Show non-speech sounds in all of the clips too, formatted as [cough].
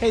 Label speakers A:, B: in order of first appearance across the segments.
A: Hey,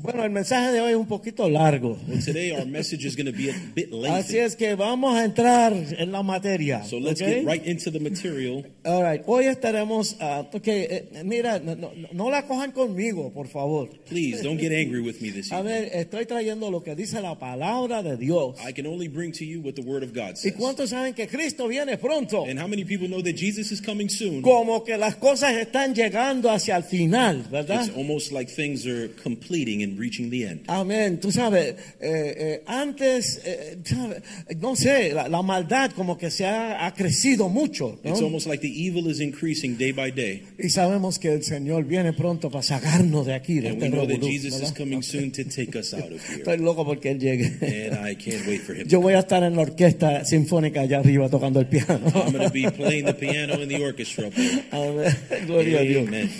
B: Bueno, el mensaje de hoy es un poquito largo.
C: Well, today our message is going to be a bit
B: Así
C: lengthy,
B: es que vamos a entrar en la materia.
C: so let's
B: ¿ok?
C: get right into the material.
B: All right. Hoy estaremos. ah, ok, eh, mira, no, no- no la cojan conmigo, por favor.
C: Please don't get angry with me this
B: A
C: evening.
B: ver, estoy trayendo lo que dice la palabra de Dios.
C: I can only bring to you what the Word of God
B: ¿Y
C: says.
B: cuántos saben que Cristo viene pronto?
C: And how many people know that Jesus is coming soon?
B: Como que las cosas están llegando hacia el final, ¿verdad?
C: It's almost like things are completing and reaching the end.
B: Amén, tú sabes, eh, eh, antes, eh, ¿sabe? no sé, la, la maldad como que se ha, ha crecido mucho. ¿no?
C: It's almost like the evil is increasing day by day.
B: Y sabemos que el Señor viene pronto para sacarnos de aquí. De
C: And
B: este
C: we know that
B: revolú,
C: Jesus is
B: ¿verdad?
C: coming soon to take us out of here.
B: Estoy loco porque Él llegue. [laughs]
C: And I can't wait for him.
B: Yo voy a estar en la orquesta sinfónica allá arriba tocando el piano.
C: I'm going to be
B: [laughs]
C: playing the piano in the orchestra. up there.
B: Amén. Gloria a Dios.
C: Amen.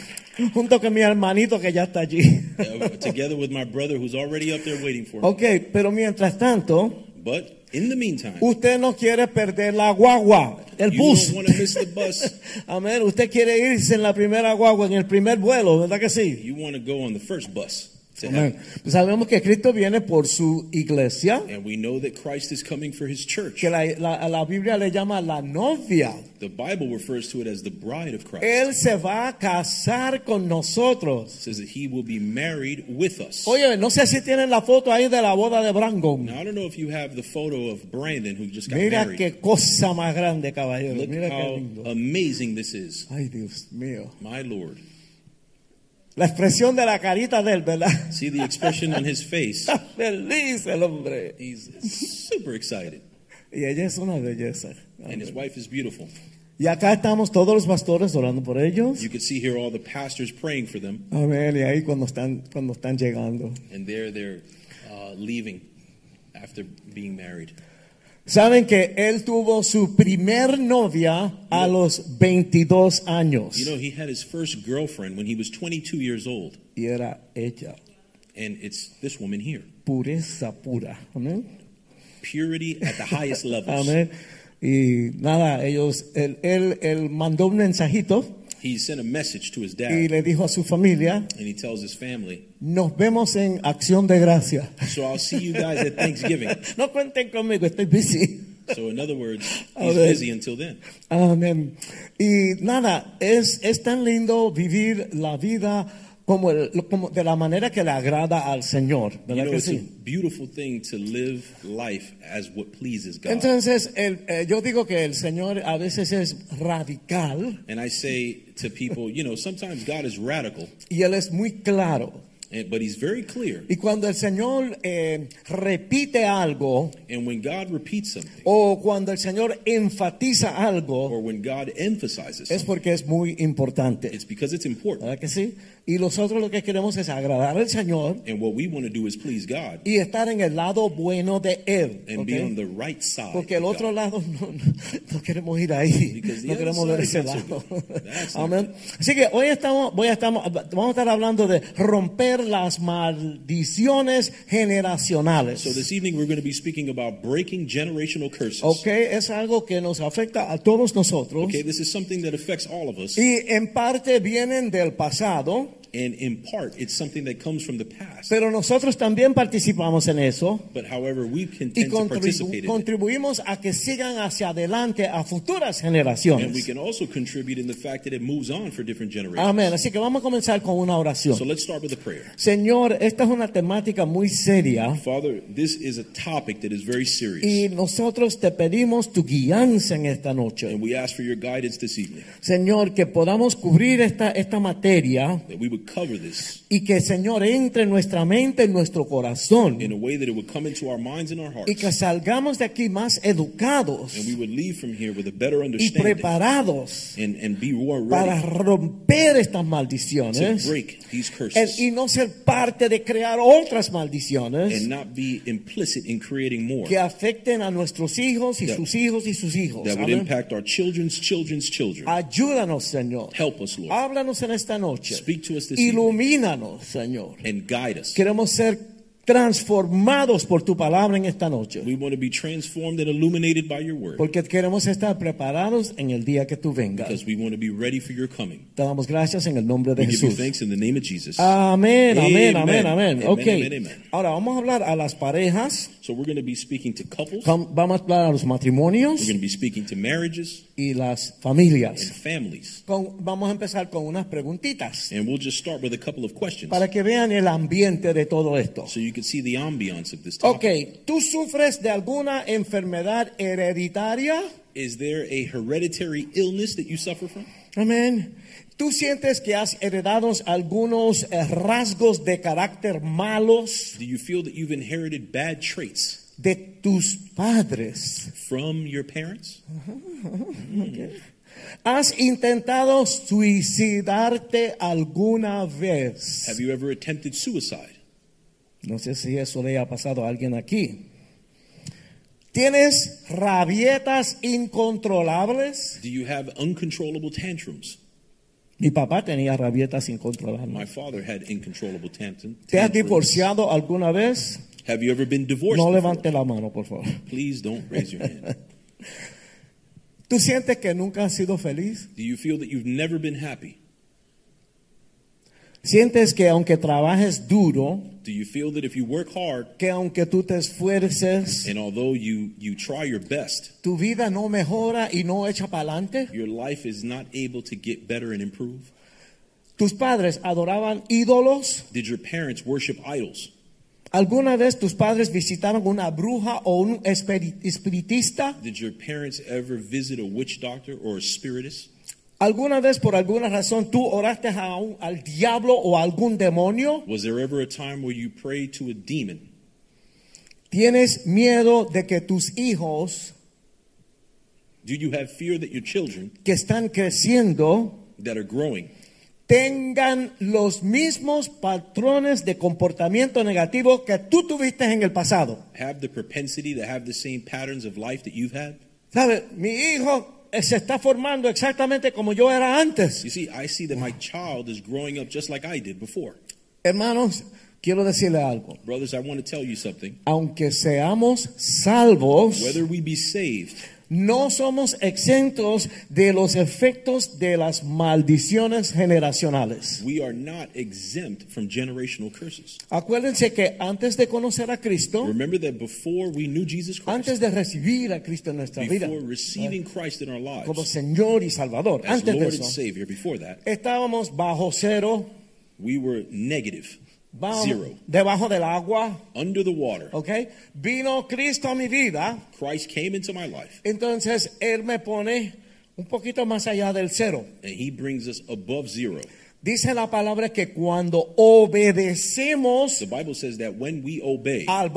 B: Junto con mi hermanito que ya está allí. [laughs]
C: Uh, Together with my brother who's already up there waiting for me.
B: Ok, pero mientras tanto,
C: But in the meantime,
B: usted no quiere perder la guagua, el
C: You
B: bus.
C: don't wanna miss the
B: [laughs]
C: bus.
B: Amén. Usted quiere irse en la primera guagua, en el primer vuelo, ¿verdad que sí?
C: you want to go on the first bus to
B: Amén. Pues
C: heaven.
B: Sabemos que Cristo viene por su iglesia.
C: And we know that Christ is coming for his church.
B: que la, la- la Biblia le llama la novia.
C: The Bible refers to it as the bride of Christ.
B: Él se va a casar con nosotros.
C: It says that he will be married with us.
B: Oye, no sé si tienen la foto ahí de la boda de Brandon.
C: Now, I don't know if you have the photo of Brandon who just got
B: Mira
C: married.
B: qué cosa más grande, caballero.
C: Look
B: Mira qué
C: how
B: lindo.
C: amazing this is.
B: Ay, Dios mío.
C: My Lord.
B: La expresión de la carita de él, ¿verdad?
C: See the expression on his face.
B: [laughs] Está feliz el hombre.
C: He's super excited.
B: Y ella es una belleza.
C: And his wife is beautiful.
B: Y acá estamos todos los pastores orando por ellos.
C: You can see here all the pastors praying for them.
B: Amén. Y ahí cuando están, cuando están llegando.
C: And there they're uh, leaving after being married.
B: Saben que él tuvo su primer novia a los 22 años.
C: You know, he had his first girlfriend when he was 22 years old,
B: y era ella,
C: and it's this woman here.
B: pureza pura. Amén.
C: Purity at the highest levels.
B: Amén. Y nada, ellos, él, él, él mandó un mensajito
C: He sent a message to his
B: y
C: dad,
B: le dijo a su familia,
C: and he tells his family,
B: nos vemos en acción de gracia.
C: So I'll see you guys at Thanksgiving.
B: [laughs] no cuenten conmigo, estoy busy.
C: So, in other words,
B: A
C: he's
B: ver.
C: busy until then.
B: Amén. Y nada, es, es tan lindo vivir la vida como, el- como de la manera que le agrada al Señor.
C: You
B: ¿Verdad
C: know,
B: que
C: it's a
B: sí?
C: beautiful thing to live life as what pleases God.
B: Entonces, el- eh, yo digo que el Señor a veces es radical
C: And I say to people, you know, sometimes God is radical,
B: y Él es muy claro.
C: and- but he's very clear.
B: Y cuando el Señor eh, repite algo
C: And when God repeats something,
B: o cuando el Señor enfatiza algo,
C: or when God
B: es
C: emphasizes something,
B: porque es muy importante.
C: it's because it's important.
B: ¿Verdad que sí? Y nosotros lo que queremos es agradar al Señor
C: And what we want to do is please God
B: y estar en el lado bueno de Él.
C: and
B: ¿ok?
C: be on the right side.
B: Porque el
C: of
B: otro
C: God.
B: lado no, no- no queremos ir ahí,
C: Because the
B: no
C: other
B: queremos
C: side
B: ver ese
C: is not
B: lado.
C: so good. That's not
B: Amén. Así que hoy estamos, voy a estamos, vamos a estar hablando de romper las maldiciones generacionales.
C: So this evening we're going to be speaking about breaking generational curses.
B: ok, es algo que nos afecta a todos nosotros
C: Okay, this is something that affects all of us,
B: y en parte vienen del pasado,
C: and in part, it's something that comes from the past.
B: pero nosotros también participamos en eso.
C: But however, we can
B: Y
C: tend to
B: contribu-
C: participate in it,
B: contribuimos a que sigan hacia adelante a futuras
C: and we
B: generaciones.
C: can also contribute in the fact that it moves on for different generations.
B: Amén. Así que vamos a comenzar con una oración.
C: So let's start with a prayer.
B: Señor, esta es una temática muy seria
C: Father, this is a topic that is very
B: y
C: serious,
B: nosotros te pedimos tu guianza en esta noche.
C: and we ask for your guidance this evening
B: Señor, que podamos cubrir esta, esta materia
C: that we would would cover this
B: y que el Señor entre en nuestra mente, en nuestro corazón
C: in a way that it would come into our minds and our hearts.
B: y que salgamos de aquí más educados
C: and we would leave from here with a better
B: y
C: understanding
B: preparados
C: and, and be more
B: para
C: ready
B: romper estas
C: to
B: maldiciones
C: break these
B: el-
C: curses
B: y no ser parte de crear otras maldiciones
C: and not be implicit in creating more
B: que afecten a nuestros hijos y
C: That-
B: sus hijos y sus hijos.
C: that would
B: Amén.
C: impact our children's children's children.
B: Ayúdanos, Señor.
C: Help us, Lord,
B: Háblanos en esta noche.
C: Speak to us this
B: Ilumínanos, Señor.
C: and guide us.
B: Queremos ser transformados por tu palabra en esta noche.
C: We want to be transformed and illuminated by your word
B: Porque queremos estar preparados en el día que tú vengas.
C: because we want to be ready for your coming.
B: Te damos gracias en el nombre de
C: We give you
B: Jesús.
C: thanks in the name of Jesus.
B: Ah. Amén, amén, amén,
C: Amen.
B: amén.
C: Amen,
B: Ok.
C: amen, amen.
B: Ahora vamos a hablar a las parejas,
C: So we're going to be speaking to couples, we're
B: vam- vamos a hablar a los matrimonios
C: going to be speaking to marriages
B: y las
C: and
B: familias.
C: families.
B: Con- vamos a empezar con unas preguntitas
C: And we'll just start with a couple of questions
B: para que vean el ambiente de todo esto.
C: so you can see the ambiance of this
B: Ok,
C: topic.
B: ¿tú sufres de alguna enfermedad hereditaria?
C: Is there a hereditary illness that you suffer from?
B: Amén. ¿Tú sientes que has heredado algunos eh, rasgos de carácter malos
C: Do you feel that you've inherited bad traits
B: de tus padres?
C: from your parents?
B: ¿Has intentado suicidarte alguna vez?
C: Have you ever attempted suicide?
B: No sé si eso le ha pasado a alguien aquí. ¿Tienes rabietas incontrolables?
C: Do you have uncontrollable tantrums?
B: Mi papá tenía rabietas incontrolables.
C: My father had incontrollable tantum.
B: ¿Te has
C: tantrums.
B: divorciado alguna vez?
C: Have you ever been divorced?
B: No
C: before?
B: levante la mano, por favor.
C: Please don't raise
B: [laughs]
C: your hand.
B: ¿Tú sientes que nunca has sido feliz?
C: Do you feel that you've never been happy?
B: ¿Sientes que aunque trabajes duro,
C: Do you feel that if you work hard
B: que aunque tú te esfuerces,
C: and although you, you try your best,
B: tu vida no mejora y no echa para adelante?
C: your life is not able to get better and improve?
B: ¿Tus padres adoraban ídolos?
C: Did your parents worship idols?
B: ¿Alguna vez tus padres visitaron una bruja o un espiri- espiritista?
C: Did your parents ever visit a witch doctor or a spiritist?
B: ¿Alguna vez por alguna razón tú oraste a un- al diablo o a algún demonio?
C: Was there ever a time where you prayed to a demon?
B: ¿Tienes miedo de que tus hijos
C: Do you have fear that your children
B: que están creciendo
C: that are growing
B: tengan los mismos patrones de comportamiento negativo que tú tuviste en el pasado.
C: have the propensity to have the same patterns of life that you've had?
B: ¿Sabe? Mi hijo eh, se está formando exactamente como yo era antes.
C: You see, I see that my child is growing up just like I did before.
B: Hermanos, quiero decirle algo.
C: Brothers, I want to tell you something.
B: Aunque seamos salvos,
C: Whether we be saved,
B: no somos exentos de los efectos de las maldiciones generacionales.
C: we are not exempt from generational curses.
B: Acuérdense que antes de conocer a Cristo,
C: Remember that before we knew Jesus Christ,
B: antes de recibir a Cristo en nuestra vida,
C: before receiving Christ in our
B: como
C: lives,
B: Señor y Salvador,
C: as
B: antes de
C: Lord
B: eso,
C: and Savior, before that,
B: Estábamos bajo cero,
C: we were negative,
B: bajo-
C: zero,
B: debajo del agua,
C: under the water.
B: ¿ok? Vino Cristo a mi vida,
C: Christ came into my life,
B: entonces Él me pone un poquito más allá del cero.
C: and He brings us above zero.
B: Dice la palabra que cuando obedecemos
C: The Bible says that when we obey
B: al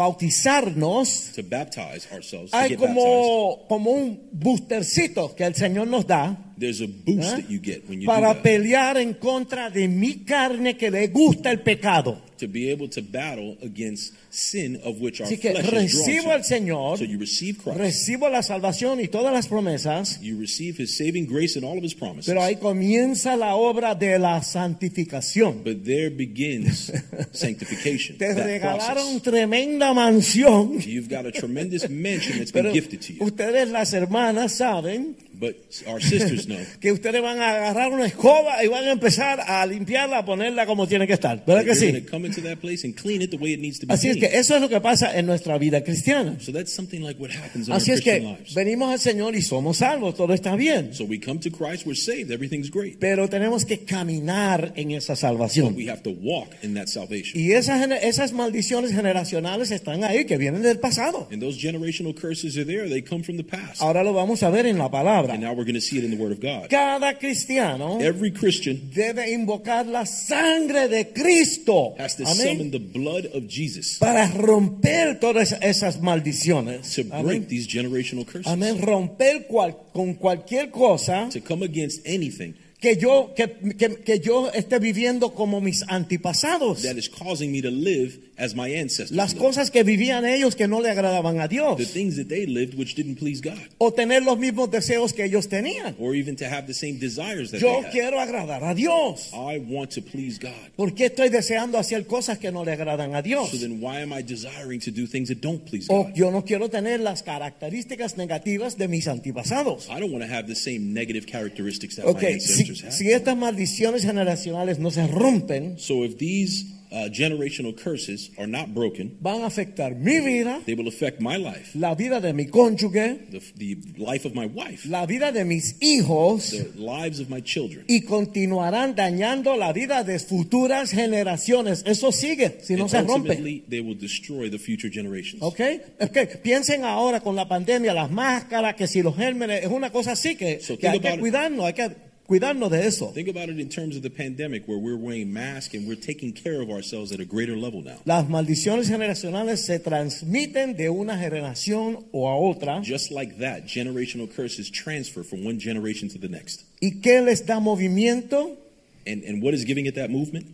B: bautizarnos,
C: to baptize ourselves, to
B: hay
C: get baptized,
B: como, como un boostercito que el Señor nos da
C: there's a boost
B: ¿eh?
C: that you get when you do
B: para
C: that.
B: pelear en contra de mi carne que le gusta el pecado.
C: to be able to battle against sin of which our
B: Así que
C: flesh is
B: recibo
C: drawn
B: al
C: to.
B: Señor,
C: so you receive Christ.
B: Recibo la salvación y todas las promesas.
C: you receive his saving grace and all of his promises.
B: Pero ahí comienza la obra de la santificación.
C: but
B: [laughs]
C: there begins sanctification.
B: Te
C: that
B: regalaron
C: process.
B: tremenda mansión,
C: You've got a tremendous mansion that's
B: pero
C: been gifted to you.
B: ustedes las hermanas saben
C: But our sisters know
B: que ustedes van a agarrar una escoba y van a empezar a limpiarla, a ponerla como tiene que estar. ¿Verdad
C: that
B: que
C: you're going to
B: sí?
C: come into that place and clean it the way it needs to be
B: Así es
C: cleaned.
B: que eso es lo que pasa en nuestra vida cristiana.
C: so that's something like what happens in
B: Así
C: our
B: es
C: Christian
B: que
C: lives.
B: venimos al Señor y somos salvos, todo está bien.
C: So we come to Christ, we're saved, everything's great.
B: Pero tenemos que caminar en esa
C: But
B: salvación.
C: we have to walk in that salvation.
B: Y esas, gener- esas maldiciones generacionales están ahí, que vienen del pasado.
C: And those generational curses are there, they come from the past.
B: Ahora lo vamos a ver en la palabra.
C: And now we're going to see it in the Word of God.
B: Cada cristiano
C: Every Christian
B: debe invocar la sangre de Cristo.
C: has to summon
B: Amén.
C: the blood of Jesus
B: Para romper todas esas maldiciones.
C: to break
B: Amén.
C: these generational curses,
B: Amén. Romper cual- con cualquier cosa
C: to come against anything
B: que yo, que, que- que yo esté viviendo como mis antepasados.
C: that is causing me to live as my ancestors.
B: Las
C: lived.
B: cosas que vivían ellos que no le agradaban a
C: the
B: Dios.
C: things that they lived which didn't please God,
B: O tener los mismos deseos que ellos tenían.
C: or even to have the same desires that
B: Yo
C: they had.
B: quiero agradar a Dios.
C: I want to please God.
B: ¿Por qué estoy deseando hacer cosas que no le agradan a Dios?
C: So then why am I desiring to do things that don't please
B: O
C: God?
B: Oh, yo no quiero tener las características negativas de mis antepasados.
C: I don't want to have the same negative characteristics that
B: Ok,
C: Ah, my
B: si,
C: ancestors had.
B: si estas maldiciones generacionales no se rompen,
C: So if these uh, generational curses are not broken,
B: van a afectar mi vida,
C: they will affect my life,
B: la vida de mi cónyuge,
C: the, the life of my wife,
B: la vida de mis hijos
C: the lives of my children.
B: y continuarán dañando la vida de futuras generaciones. Eso sigue si no
C: And
B: se rompe.
C: ultimately, they will destroy the future generations.
B: ¿Ok? ok, Piensen ahora con la pandemia, las máscaras, que si los gérmenes, es una cosa así que,
C: So
B: que hay
C: think
B: que
C: about it.
B: cuidarnos, hay que cuidarnos de eso.
C: Think about it in terms of the pandemic, where we're wearing masks and we're taking care of ourselves at a greater level now.
B: Las maldiciones generacionales se transmiten de una generación o a otra.
C: Just like that, generational curses transfer from one generation to the next.
B: ¿Y qué les da movimiento?
C: And, and what is giving it that movement?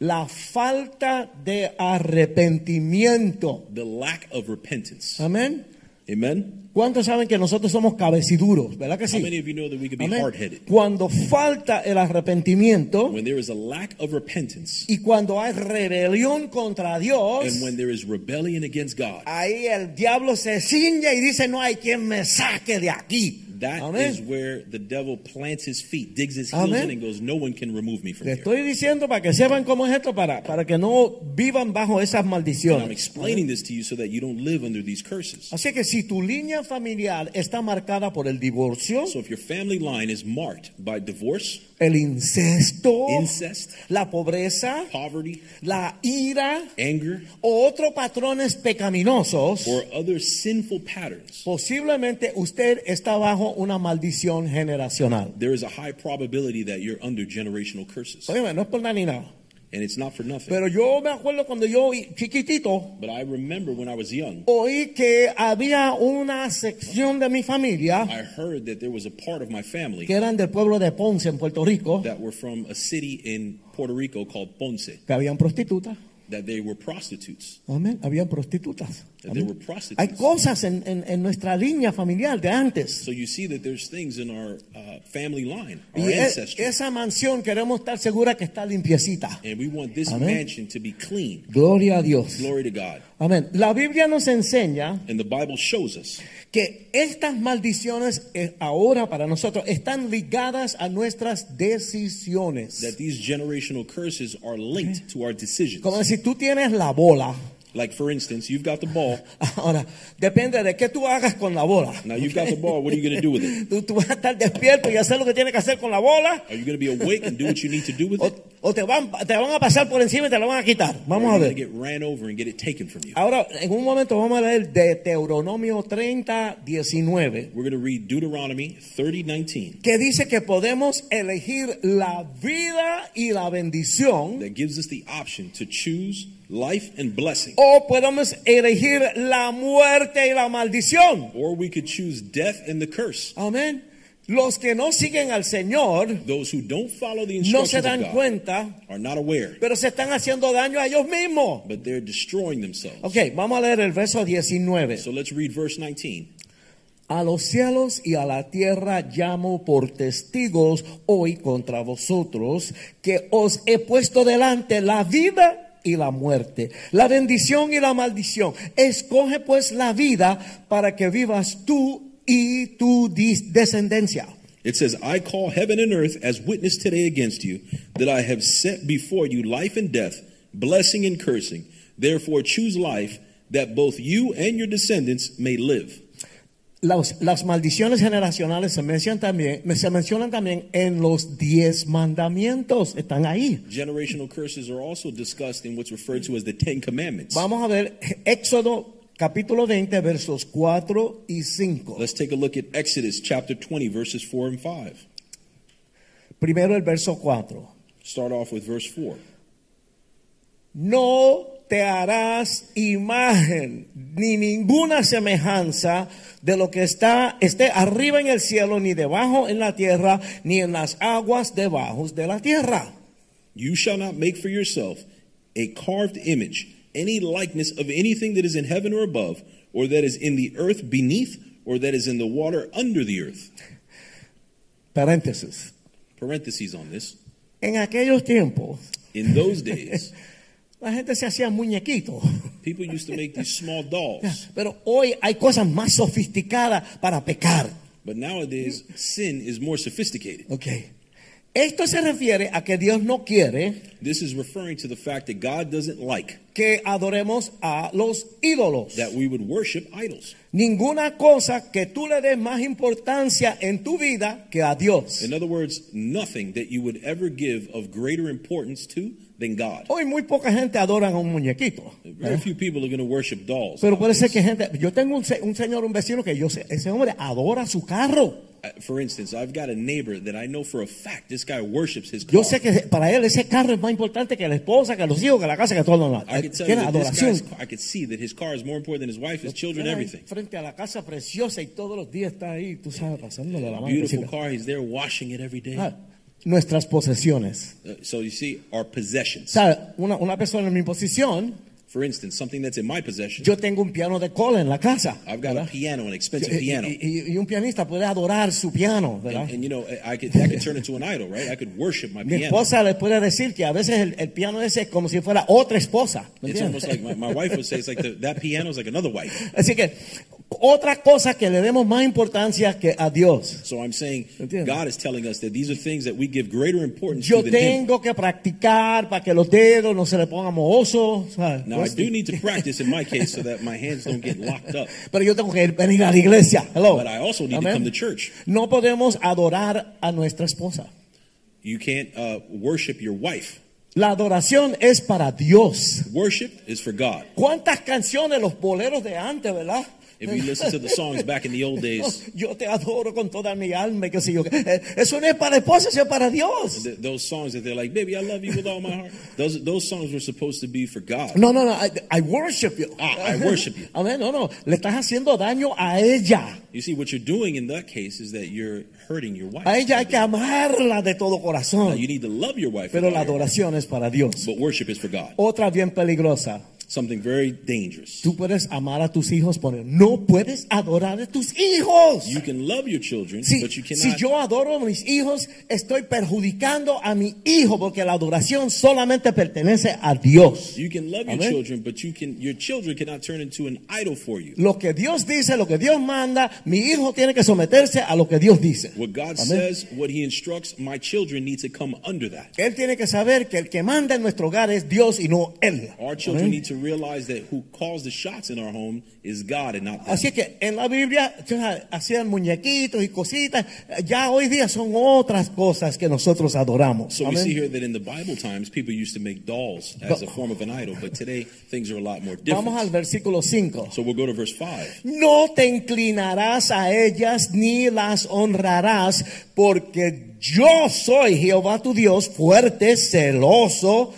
B: La falta de arrepentimiento.
C: The lack of repentance.
B: Amén.
C: Amen?
B: ¿Cuántos saben que nosotros somos cabeciduros? ¿Verdad que
C: How many
B: sí?
C: of you know that we could be
B: Amén.
C: hard headed?
B: Cuando falta el arrepentimiento
C: When there is a lack of repentance,
B: y cuando hay rebelión contra Dios,
C: And when there is rebellion against God,
B: ahí el diablo se ciña y dice, no hay quien me saque de aquí.
C: that is
B: Amén.
C: where the devil plants his feet, digs his heels
B: Amen.
C: in, and goes, No one can remove me from
B: Te
C: here.
B: estoy diciendo para que sepan cómo es esto, para, para que no vivan bajo esas
C: And I'm
B: maldiciones.
C: explaining this to you so that you don't live under these curses.
B: Así que si tu línea familiar está marcada por el divorcio,
C: So if your family line is marked by divorce,
B: el incesto,
C: incest,
B: la pobreza,
C: poverty,
B: la ira
C: anger,
B: o otros patrones pecaminosos,
C: or other sinful patterns,
B: Oh. posiblemente usted está bajo una maldición generacional.
C: there is a high probability that you're under generational curses.
B: Oye, no es por nada ni nada.
C: And it's not for nothing.
B: Pero yo me acuerdo cuando yo i- chiquitito
C: But I remember when I was young,
B: oí que había una sección de mi familia
C: I heard that there was a part of my
B: que
C: family
B: eran del pueblo de Ponce en Puerto Rico,
C: that were from a city in Puerto Rico called Ponce.
B: que habían prostitutas.
C: that they were prostitutes.
B: Amén. Habían prostitutas.
C: That they
B: Amén.
C: were prostitutes.
B: Hay cosas en, en- en nuestra línea familiar de antes.
C: So you see that there's things in our uh, family line, our
B: Y e-
C: ancestry,
B: esa mansión queremos estar segura que está limpiecita.
C: and we want this
B: Amén.
C: mansion to be clean.
B: Gloria a Dios.
C: Glory to God.
B: Amén. La Biblia nos enseña
C: And the Bible shows us
B: que estas maldiciones eh, ahora para nosotros están ligadas a nuestras
C: that
B: decisiones.
C: these generational curses are linked to our decisions.
B: Como si tú tienes la bola. [laughs]
C: Like for instance, you've got the ball.
B: Ahora, depende de qué tú hagas con la bola.
C: Now you've got the ball. What are you going to do with it?
B: Tú, tú vas a estar despierto y hacer lo que tienes que hacer con la bola.
C: Are you going to be awake and do what you need to do with
B: O,
C: it?
B: o te, van, te van a pasar por encima y te la van a quitar.
C: Or
B: Vamos
C: are
B: a
C: you going
B: ver.
C: to get ran over and get it taken from you?
B: Ahora, en un momento vamos a leer Deuteronomio 30, 19,
C: We're going to read Deuteronomy 30, 19
B: que dice que podemos elegir la vida y la bendición
C: that gives us the option to choose life and blessing.
B: o podemos elegir la muerte y la maldición.
C: Or we could choose death and the curse.
B: Amén. Los que no siguen al Señor
C: Those who don't follow the
B: no se
C: instructions of
B: dan
C: God
B: cuenta,
C: are not aware,
B: pero se están haciendo daño a ellos mismos.
C: but they're destroying themselves.
B: Ok, vamos a leer el verso 19.
C: So let's read verse 19.
B: A los cielos y a la tierra llamo por testigos hoy contra vosotros, que os he puesto delante la vida y la muerte, la bendición y la maldición. Escoge pues la vida para que vivas tú y tu dis- descendencia.
C: It says, I call heaven and earth as witness today against you that I have set before you life and death, blessing and cursing. Therefore, choose life that both you and your descendants may live.
B: Las, las maldiciones generacionales se mencionan, también, se mencionan también en los diez mandamientos, están ahí.
C: Generational curses are also discussed in what's referred to as the Ten Commandments.
B: Vamos a ver Éxodo capítulo 20, versos 4 y 5.
C: Let's take a look at Exodus chapter 20, verses 4 and 5.
B: Primero el verso 4.
C: Start off with verse 4.
B: No te harás imagen ni ninguna semejanza de lo que está esté arriba en el cielo ni debajo en la tierra ni en las aguas debajo de la tierra.
C: You shall not make for yourself a carved image, any likeness of anything that is in heaven or above, or that is in the earth beneath, or that is in the water under the earth.
B: Paréntesis.
C: Parentheses on this.
B: En aquellos tiempos
C: In those days,
B: la gente se hacía muñequito.
C: people used to make these small dolls,
B: Pero hoy hay cosas más sofisticadas para pecar.
C: but nowadays sin is more sophisticated.
B: Ok. Esto se refiere a que Dios no quiere
C: This is referring to the fact that God doesn't like
B: que adoremos a los ídolos.
C: that we would worship idols.
B: Ninguna cosa que tú le des más importancia en tu vida que a Dios.
C: In other words, nothing that you would ever give of greater importance to than God.
B: Hoy muy poca gente adora a un muñequito.
C: Very few people are going to worship dolls.
B: Pero puede ser
C: nowadays.
B: que gente, yo tengo un, se- un señor, un vecino que yo sé, ese hombre adora su carro.
C: Uh, For instance, I've got a neighbor that I know for a fact this guy worships his car.
B: Yo sé que para él ese carro es más importante que la esposa, que los hijos, que la casa, que todo lo demás.
C: I could tell you
B: Tiene
C: that this guy's
B: adoración.
C: car, I could see that his car is more important than his wife, his children,
B: Está ahí
C: everything.
B: Frente a la casa preciosa y todos los días está ahí, tú sabes, pasándole la mano.
C: Beautiful
B: chica.
C: car, he's there washing it every day.
B: Ah, Nuestras posesiones.
C: Uh, so you see, our possessions.
B: ¿Sabes? Una, una persona en mi posición,
C: For instance, something that's in my possession.
B: yo tengo un piano de cola en la casa.
C: I've got a
B: ¿verdad?
C: piano, an expensive
B: Y,
C: piano.
B: y- y- y un pianista puede adorar su piano, ¿verdad?
C: And, and you know, I- I could, I could turn into an idol, right? I could worship my
B: ah. Mi
C: piano.
B: esposa le puede decir que a veces el, el piano ese es como si fuera otra esposa. ¿me
C: It's
B: entiendes?
C: almost like my, my wife would say, it's like the, that piano is like another wife.
B: [laughs] Así que otra cosa que le demos más importancia que a Dios.
C: So I'm saying
B: Entiendo.
C: God is telling us that these are things that we give greater importance
B: Yo
C: to than Him.
B: tengo que practicar para que los dedos no se le pongan mohosos. pues ¿sabes?
C: Now I do need
B: [laughs]
C: to practice in my case so that my hands don't get locked up.
B: Pero yo tengo que ir- venir a la iglesia. Hello.
C: But I also
B: Oh.
C: need
B: Amen.
C: to come to church.
B: No podemos adorar a nuestra esposa.
C: You can't uh, worship your wife.
B: La adoración es para Dios.
C: Worship is for God.
B: ¿Cuántas canciones los boleros de antes, verdad?
C: If you listen to the songs back in the
B: [laughs]
C: old days,
B: Oh, Yo te adoro con toda mi alma, y qué sé yo. Eh, Eso no es para esposa, eso es para Dios.
C: th- those songs that they're like, "Baby, I love you with all my heart." Those those songs were supposed to be for God.
B: No, no, no. I, I worship you.
C: Ah, I worship you.
B: [laughs] Amén. No, no. Le estás haciendo daño a ella.
C: You see, what you're doing in that case is that you're hurting your wife.
B: A ella hay que amarla de todo
C: Now, you
B: corazón.
C: need to love your wife, with
B: Pero la
C: all your heart,
B: adoración es para Dios.
C: but worship is for God.
B: Otra bien peligrosa.
C: Something very dangerous.
B: Tú puedes amar a tus hijos, pero no puedes adorar a tus hijos.
C: You can love your children,
B: Si,
C: but you
B: si
C: cannot.
B: yo adoro a mis hijos, estoy perjudicando a mi hijo porque la adoración solamente pertenece a Dios.
C: You can love your
B: Amen.
C: children, but you can your children cannot turn into an idol for you.
B: Lo que Dios dice, lo que Dios manda, mi hijo tiene que someterse a lo que Dios dice.
C: What God
B: Amén.
C: says, what He instructs, my children need to come under that.
B: Él tiene que saber que el que manda en nuestro hogar es Dios y no él.
C: Our children
B: Amén.
C: need to realize that who calls the shots in our home is God and not us.
B: Así que en la Biblia o sea, hacían muñequitos y cositas. Ya hoy día son otras cosas que nosotros adoramos.
C: So we
B: Amén.
C: see here that in the Bible times, people used to make dolls as a form of an idol, but today things are a lot more
B: Vamos al
C: different.
B: versículo 5.
C: So we'll go to verse five.
B: No te inclinarás a ellas ni las honrarás, porque yo soy Jehová tu Dios, fuerte, celoso,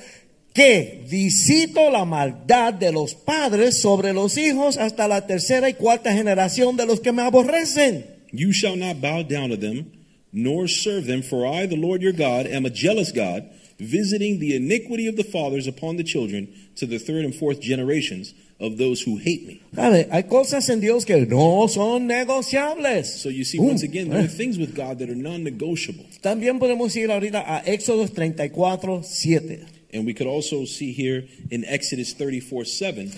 B: que visito la maldad de los padres sobre los hijos hasta la tercera y cuarta generación de los que me aborrecen.
C: You shall not bow down to them, nor serve them, for I, the Lord your God, am a jealous God, visiting the iniquity of the fathers upon the children to the third and fourth generations of those who hate me.
B: ¿Sabe? Hay cosas en Dios que no son negociables.
C: So you see,
B: Uh,
C: once again, there
B: eh.
C: are things with God that are non negotiable.
B: También podemos ir ahorita a Éxodo 34, 7.
C: And we could also see here in Exodus 34 7.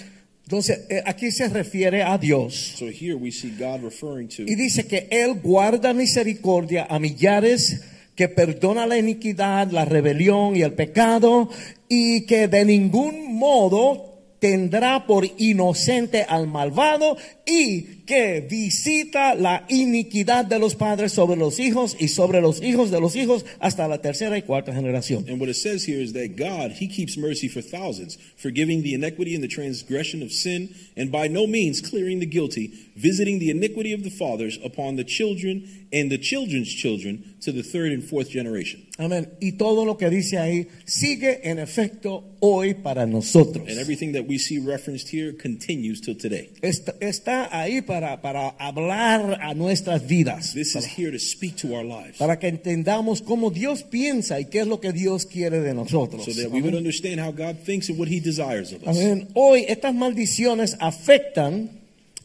B: Entonces, eh, aquí se refiere a Dios.
C: So here we see God referring to.
B: Y dice que Él guarda misericordia a millares, que perdona la iniquidad, la rebelión y el pecado, y que de ningún modo tendrá por inocente al malvado y que visita la iniquidad de los padres sobre los hijos y sobre los hijos de los hijos hasta la tercera y cuarta generación.
C: And what it says here is that God, He keeps mercy for thousands, forgiving the iniquity and the transgression of sin, and by no means clearing the guilty, visiting the iniquity of the fathers upon the children and the children's children to the third and fourth generation.
B: Amén. Y todo lo que dice ahí sigue en efecto hoy para nosotros.
C: And everything that we see referenced here continues till today.
B: Está, está ahí para, para hablar a nuestras vidas.
C: This is
B: Para-
C: here to speak to our lives
B: Para que entendamos cómo Dios piensa y qué es lo que Dios quiere de nosotros.
C: so that we would understand how God thinks and what He desires of us.
B: Amén. Hoy estas maldiciones afectan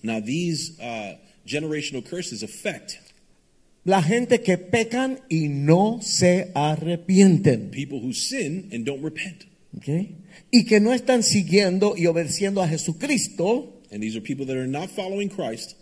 C: Now, these uh, generational curses affect
B: la gente que pecan y no se arrepienten.
C: people who sin and don't repent.
B: ¿ok? Y que no están siguiendo y obedeciendo a Jesucristo
C: And these are people that are not following Christ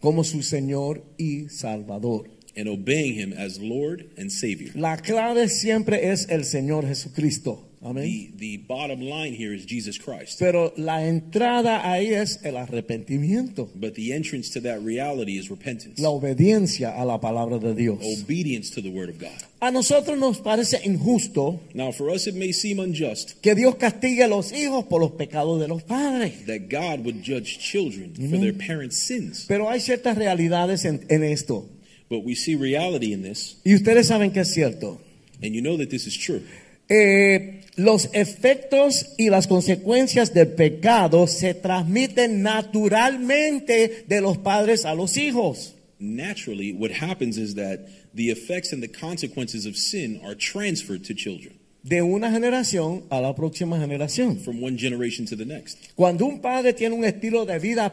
B: como su Señor y Salvador.
C: and obeying Him as Lord and Savior.
B: La clave siempre es el Señor Jesucristo. Amén.
C: The, the bottom line here is Jesus Christ.
B: Pero la entrada ahí es el arrepentimiento,
C: But the entrance to that reality is repentance,
B: la obediencia a la palabra de Dios.
C: Oh. obedience to the Word of God.
B: A nosotros nos parece injusto
C: Now, for us, it may seem unjust
B: que Dios castigue a los hijos por los pecados de los padres.
C: that God would judge children for their parents' sins.
B: Pero hay ciertas realidades en, en esto.
C: But we see reality in this,
B: Y ustedes saben que es cierto.
C: and you know that this is true.
B: Eh, los efectos y las consecuencias del pecado se transmiten naturalmente de los padres a los hijos.
C: Naturally, what happens is that the effects and the consequences of sin are transferred to children
B: De una generación a la próxima generación.
C: from one generation to the next.
B: Cuando un padre tiene un estilo de vida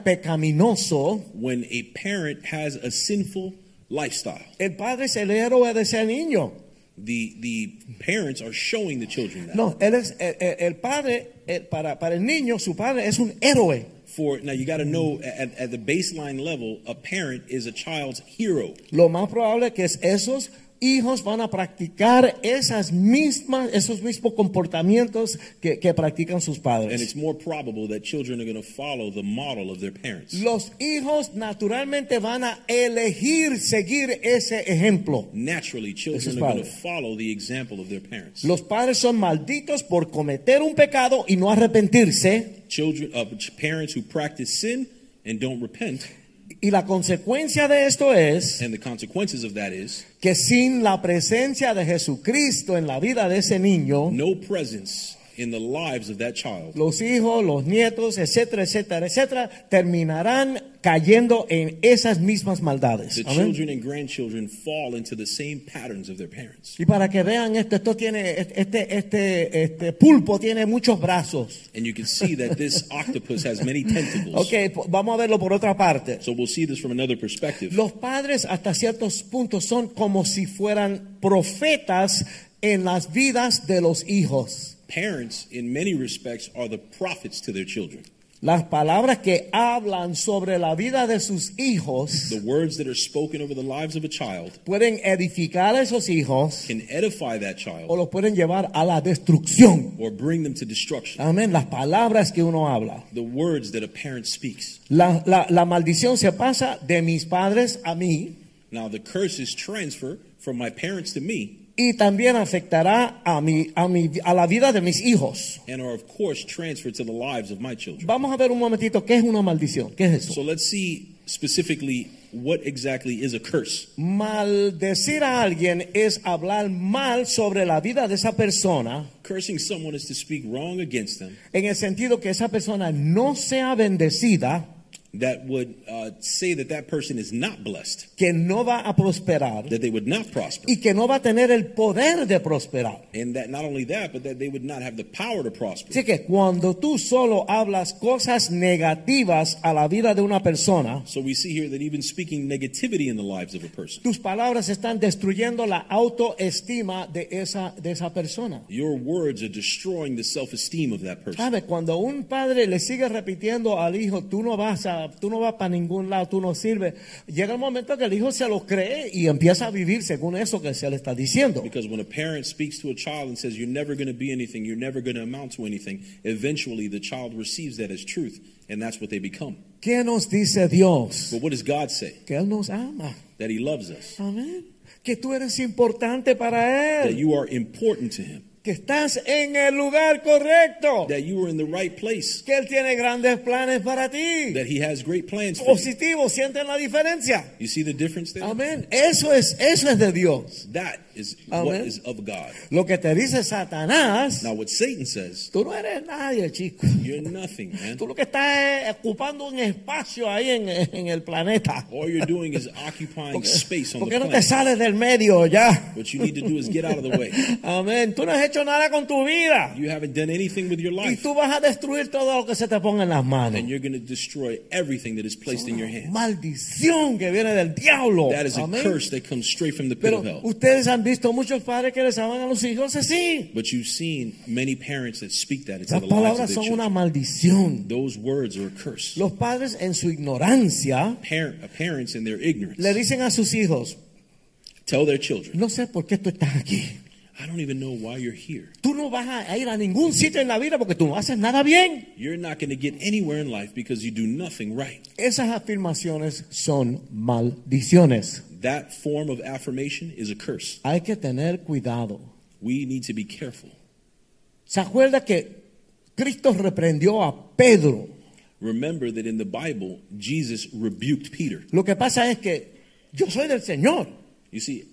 B: pecaminoso,
C: When a parent has a sinful lifestyle,
B: el padre es el héroe de ese niño.
C: the, the parents are showing the children that.
B: No, él es el, el- el padre, el- para, para el niño, su padre es un héroe.
C: For now, you got to know at, at the baseline level, a parent is a child's hero.
B: Lo más probable que es esos hijos van a practicar esas mismas, esos mismos comportamientos que, que practican sus
C: And it's
B: padres.
C: more probable that children are going to follow the model of their parents.
B: Los hijos naturalmente van a elegir seguir ese ejemplo.
C: Naturally,
B: This
C: children
B: is
C: are going to
B: father.
C: follow the example of their parents.
B: Los padres son malditos por cometer un pecado y no arrepentirse.
C: Children, uh, parents who practice sin and don't repent,
B: Y la consecuencia de esto es
C: and the consequences of that is
B: que sin la presencia de Jesucristo en la vida de ese niño,
C: no presence in the lives of that child.
B: los hijos, los nietos, etcétera, etcétera, etcétera, terminarán cayendo en esas mismas maldades.
C: The
B: Amén.
C: children and grandchildren fall into the same patterns of their parents.
B: Y para que vean esto, esto tiene, este, este, este pulpo tiene muchos brazos.
C: And you can see that
B: [laughs]
C: this octopus has many tentacles.
B: Ok, po- vamos a verlo por otra parte.
C: So we'll see this from another perspective.
B: Los padres hasta ciertos puntos son como si fueran profetas en las vidas de los hijos.
C: Parents, in many respects, are the prophets to their children.
B: Las palabras que hablan sobre la vida de sus hijos
C: The words that are spoken over the lives of a child
B: pueden edificar a esos hijos
C: can edify that
B: o
C: child
B: los pueden llevar a la destrucción.
C: or bring them to destruction.
B: Amén. Las palabras que uno habla.
C: The words that a parent speaks.
B: La, la- la maldición se pasa de mis padres a mí
C: Now, the curses transfer from my parents to me
B: y también afectará a, mi, a, mi, a la vida de mis hijos.
C: and are, of course, transferred to the lives of my children.
B: Vamos a ver un momentito qué es una maldición. ¿Qué es
C: So
B: eso?
C: let's see specifically what exactly is a curse.
B: Maldecir a alguien es hablar mal sobre la vida de esa persona
C: Cursing someone is to speak wrong against them
B: en el sentido que esa persona no sea bendecida,
C: that would uh, say that that person is not blessed,
B: que no va a prosperar
C: that they would not prosper.
B: y que no va a tener el poder de prosperar.
C: And that not only that, but that they would not have the power to prosper.
B: Así que cuando tú solo hablas cosas negativas a la vida de una persona,
C: So we see here that even speaking negativity in the lives of a person,
B: tus palabras están destruyendo la autoestima de esa, de esa persona.
C: your words are destroying the self esteem of that person.
B: ¿Sabe? Cuando un padre le sigue repitiendo al hijo, tú no vas a nada, tú no vas para ningún lado, tú no sirves. Llega el momento que el hijo se lo cree y empieza a vivir según eso que se le está diciendo.
C: Because when a parent speaks to a child and says, You're never going to be anything, you're never going to amount to anything, eventually the child receives that as truth, and that's what they become.
B: ¿Qué nos dice Dios?
C: But what does God say?
B: Que Él nos ama.
C: That He loves us,
B: Amén. Que tú eres importante para
C: that
B: Él.
C: you are important to Him,
B: Que estás en el lugar correcto.
C: that you are in the right place,
B: Que Él tiene grandes planes para ti.
C: that He has great plans
B: Oh,
C: for you.
B: Positivo, sienten la diferencia.
C: You see the difference there?
B: Amén. Eso es, eso es de Dios.
C: That is what
B: Amen.
C: is of God.
B: Lo que te dice Satanás,
C: Now, what Satan says,
B: tú no eres nadie, chico.
C: You're nothing, man.
B: Tú lo que estás es ocupando un espacio ahí en, en el planeta.
C: All you're doing is occupying
B: Porque,
C: space on the
B: no te
C: planet.
B: sales del medio ya?
C: What you need to do is get out of the way.
B: Amén. Tú no has hecho nada con tu vida.
C: You haven't done anything with your
B: Y
C: life,
B: tú vas a destruir todo lo que se te ponga en las manos.
C: and you're going to destroy everything that is placed in your hands.
B: Maldición que viene del diablo.
C: That is a
B: Amén.
C: curse that comes straight from the pit
B: Pero
C: of hell.
B: ustedes han visto muchos padres que les aman a los hijos así.
C: But you've seen many parents that speak that into
B: Las
C: the lives of
B: palabras
C: their
B: son una
C: children.
B: maldición.
C: Those words are a curse.
B: Los padres en su ignorancia
C: Parent, parents in their
B: le
C: ignorance
B: dicen a sus hijos,
C: tell their children,
B: no sé por qué tú estás aquí.
C: I don't even know why you're here.
B: Tú no vas a ir a ningún sitio en la vida porque tú no haces nada bien.
C: You're not going to get anywhere in life because you do nothing right.
B: Esas afirmaciones son maldiciones.
C: That form of affirmation is a curse.
B: Hay que tener cuidado.
C: We need to be careful.
B: ¿Se acuerda que Cristo reprendió a Pedro?
C: Remember that in the Bible, Jesus rebuked Peter.
B: Lo que pasa es que yo soy del Señor.
C: You see,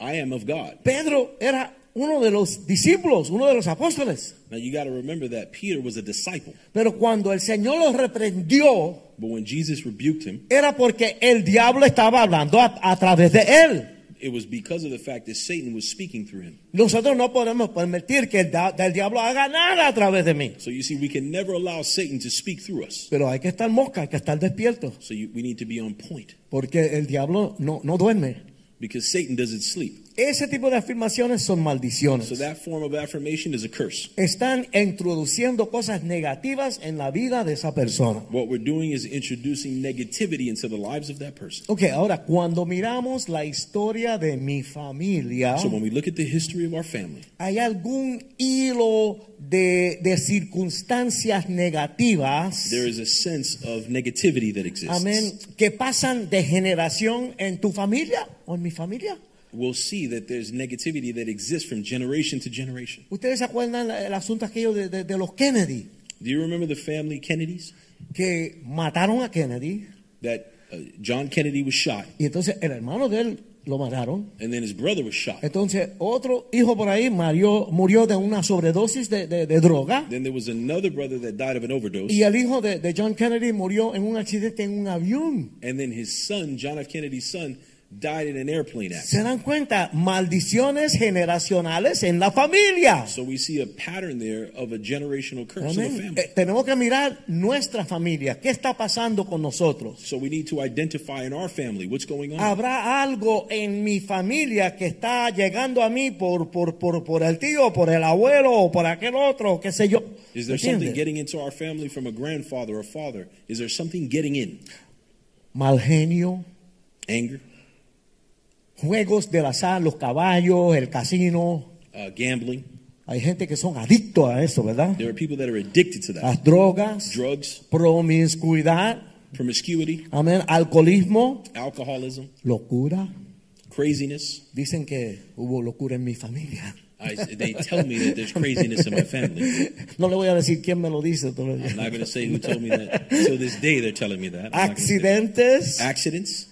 C: I am of God.
B: Pedro era uno de los discípulos, uno de los apóstoles.
C: Now you got to remember that Peter was a disciple,
B: Pero cuando el Señor los reprendió,
C: but when Jesus rebuked him,
B: era porque el diablo estaba hablando a, a través de él.
C: it was because of the fact that Satan was speaking through him.
B: Nosotros no podemos permitir que el, da- el diablo haga nada a través de mí.
C: So you see, we can never allow Satan to speak through us.
B: Pero hay que estar mosca, hay que estar despierto,
C: So you, we need to be on point
B: porque el diablo no, no duerme.
C: because Satan doesn't sleep.
B: Ese tipo de afirmaciones son
C: So
B: maldiciones.
C: that form of affirmation is a curse.
B: Están introduciendo cosas negativas en la vida de esa persona.
C: What we're doing is introducing negativity into the lives of that person.
B: Ok, ahora cuando miramos la historia de mi familia,
C: So when we look at the history of our family,
B: ¿hay algún hilo de, de circunstancias negativas?
C: there is a sense of negativity that exists.
B: Amén. Que pasan de generación en tu familia o en mi familia.
C: We'll see that there's negativity that exists from generation to generation.
B: Ustedes se acuerdan la- el asunto aquello de, de- de los Kennedy,
C: Do you remember the family Kennedys?
B: que mataron a Kennedy
C: That uh, John Kennedy was shot,
B: y entonces el hermano de él lo mataron.
C: and then his brother was shot.
B: Entonces otro hijo por ahí murió, murió de una sobredosis de, de- de droga.
C: Then there was another brother that died of an overdose,
B: Y el hijo de, de John Kennedy murió en un accidente en un avión.
C: and then his son, John F. Kennedy's son, died in an airplane accident.
B: ¿Se dan cuenta? Maldiciones generacionales en la familia.
C: So we see a pattern there of a generational curse in the
B: Amén.
C: family.
B: Eh, tenemos que mirar nuestra familia. ¿Qué está pasando con nosotros?
C: So we need to identify in our family what's going on.
B: ¿Habrá algo en mi familia que está llegando a mí por, por, por, por el tío, por el abuelo o por aquel otro, qué sé yo?
C: Is there
B: ¿Entiende?
C: something getting into our family from a grandfather or father? Is there something getting in?
B: Mal genio,
C: Anger,
B: juegos del azar, los caballos, el casino.
C: uh, gambling.
B: Hay gente que son adictos a eso, ¿verdad?
C: There are people that are addicted to that.
B: Las drogas,
C: Drugs,
B: promiscuidad,
C: promiscuity,
B: amén, alcoholismo,
C: alcoholism,
B: locura.
C: craziness.
B: Dicen que hubo locura en mi familia.
C: I, they [laughs] tell me that there's craziness in my family.
B: [laughs] No le voy a decir quién me lo dice. tú lo-
C: I'm not going to say who told me that. Till this day, they're telling me that. I'm not gonna say that.
B: Accidentes,
C: Accidents,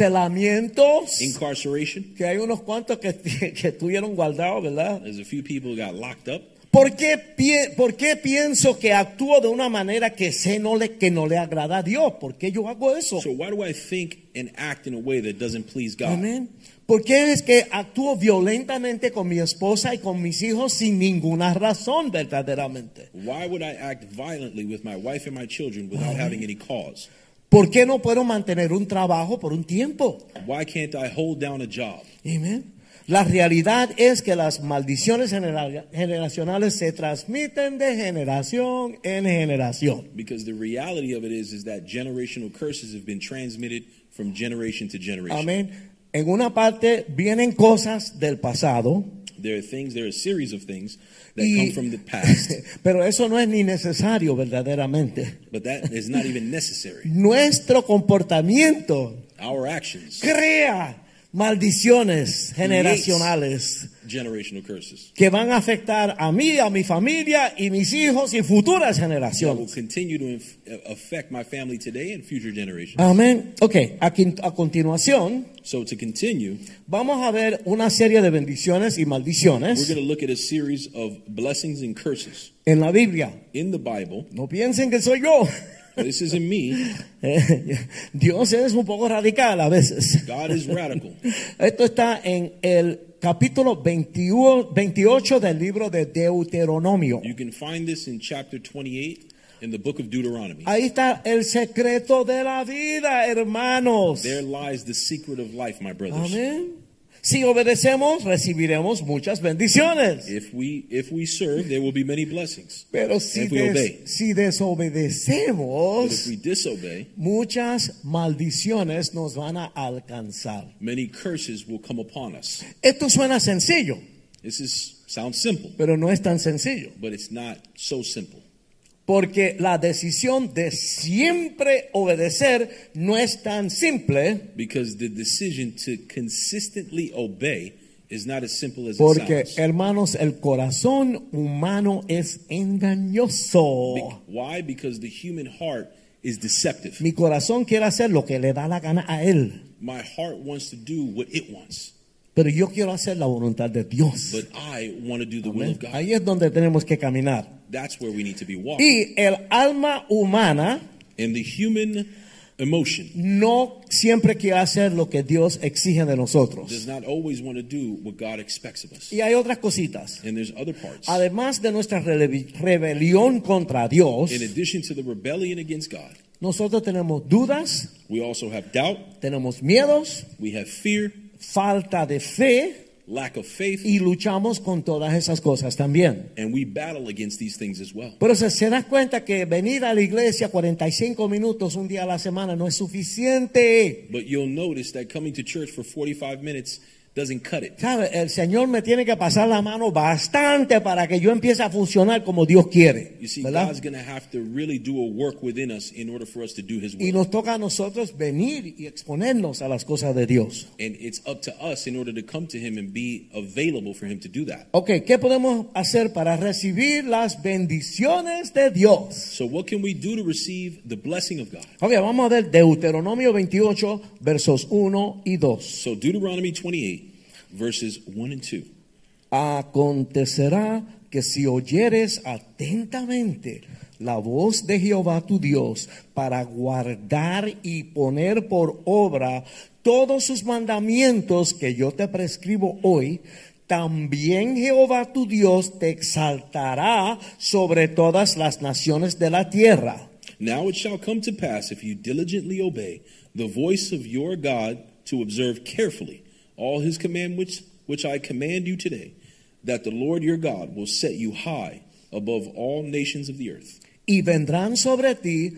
B: encarcelamientos.
C: incarceration.
B: que hay unos cuantos que, [laughs] que estuvieron guardados, ¿verdad?
C: There's a few people who got locked up.
B: ¿Por qué, pie- por qué pienso que actúo de una manera que sé no le, que no le agrada a Dios? ¿Por qué yo hago eso?
C: So why do I think and act in a way that doesn't please God?
B: Amén. ¿Por qué es que actúo violentamente con mi esposa y con mis hijos sin ninguna razón verdaderamente?
C: Why would I act violently with my wife and my children without having any cause?
B: ¿Por qué no puedo mantener un trabajo por un tiempo?
C: Why can't I hold down a job?
B: Amén. La realidad es que las maldiciones genera- generacionales se transmiten de generación en generación.
C: Because the reality of it is, is that generational curses have been transmitted from generation to generation.
B: Amén. En una parte vienen cosas del pasado, [laughs]
C: There are things, there are a series of things that
B: Y-
C: come from the
B: [laughs]
C: past,
B: pero eso no es ni necesario verdaderamente.
C: but that is not even necessary.
B: Nuestro comportamiento
C: Our actions,
B: crea maldiciones generacionales
C: generational curses,
B: que van a afectar a mí, a mi familia y mis hijos y futuras
C: that will
B: generaciones.
C: continue to inf- uh, affect my family today and future generations.
B: Amén. Ok, a, quin- a continuación
C: So to continue,
B: vamos a ver una serie de bendiciones y
C: we're
B: maldiciones
C: going to look at a series of blessings and curses
B: en la Biblia.
C: in the Bible.
B: No piensen que soy yo. [laughs]
C: This isn't me.
B: Eh, Dios es un poco radical a veces.
C: God is radical.
B: Esto está en el capítulo 21 28 del libro de Deuteronomio.
C: You can find this in chapter 28 in the book of Deuteronomy.
B: Ahí está el secreto de la vida, hermanos.
C: There lies the secret of life, my brothers.
B: Amén. Si obedecemos, recibiremos muchas bendiciones.
C: If we if we serve, there will be many blessings.
B: Pero si,
C: If we
B: des-
C: obey.
B: si
C: But if
B: desobedecemos,
C: we disobey,
B: muchas maldiciones nos van a alcanzar.
C: many curses will come upon us.
B: Esto suena sencillo,
C: This is sounds simple,
B: pero no es tan sencillo.
C: but it's not so simple.
B: Porque la decisión de siempre obedecer no es tan simple.
C: Because the decision to consistently obey is not as simple as
B: Porque,
C: it sounds.
B: hermanos, el corazón humano es engañoso.
C: Be- Why? Because the human heart is deceptive.
B: Mi corazón quiere hacer lo que le da la gana a él,
C: My heart wants to do what it wants,
B: pero yo quiero hacer la voluntad de Dios.
C: but I want to do the will
B: Amén.
C: of God.
B: Ahí es donde tenemos que caminar.
C: That's where we need to be walking.
B: Y el alma humana
C: And the human emotion
B: no siempre quiere hacer lo que Dios exige de nosotros.
C: does not always want to do what God expects of us.
B: Y hay otras cositas.
C: And there's other parts.
B: Además de nuestra rele- rebelión contra Dios,
C: In addition to the rebellion against God,
B: nosotros tenemos dudas,
C: we also have doubt,
B: tenemos miedos,
C: we have fear,
B: falta de fe
C: lack of faith,
B: y luchamos con todas esas cosas también.
C: and we battle against these things as well.
B: Pero se, se das cuenta que venir a la iglesia 45 minutos un día a la semana no es suficiente.
C: But you'll notice that coming to church for 45 minutes doesn't cut it.
B: ¿Sabe? El Señor me tiene que pasar la mano bastante para que yo empiece a funcionar como Dios quiere.
C: You see,
B: ¿verdad?
C: God's going to have to really do a work within us in order for us to do His
B: Y
C: will.
B: nos toca a nosotros venir y exponernos a las cosas de Dios.
C: And it's up to us in order to come to Him and be available for Him to do that.
B: Ok, ¿qué podemos hacer para recibir las bendiciones de Dios?
C: So, what can we do to receive the blessing of God?
B: Ok, vamos a ver Deuteronomio 28, versos 1 y 2.
C: So, Deuteronomy 28, verses 1 and 2.
B: Acontecerá que si oyeres atentamente la voz de Jehová tu Dios para guardar y poner por obra todos sus mandamientos que yo te prescribo hoy, también Jehová tu Dios te exaltará sobre todas las naciones de la tierra.
C: Now it shall come to pass, if you diligently obey the voice of your God, to observe carefully all his commandments which I command you today, that the Lord your God will set you high above all nations of the earth.
B: y vendrán sobre ti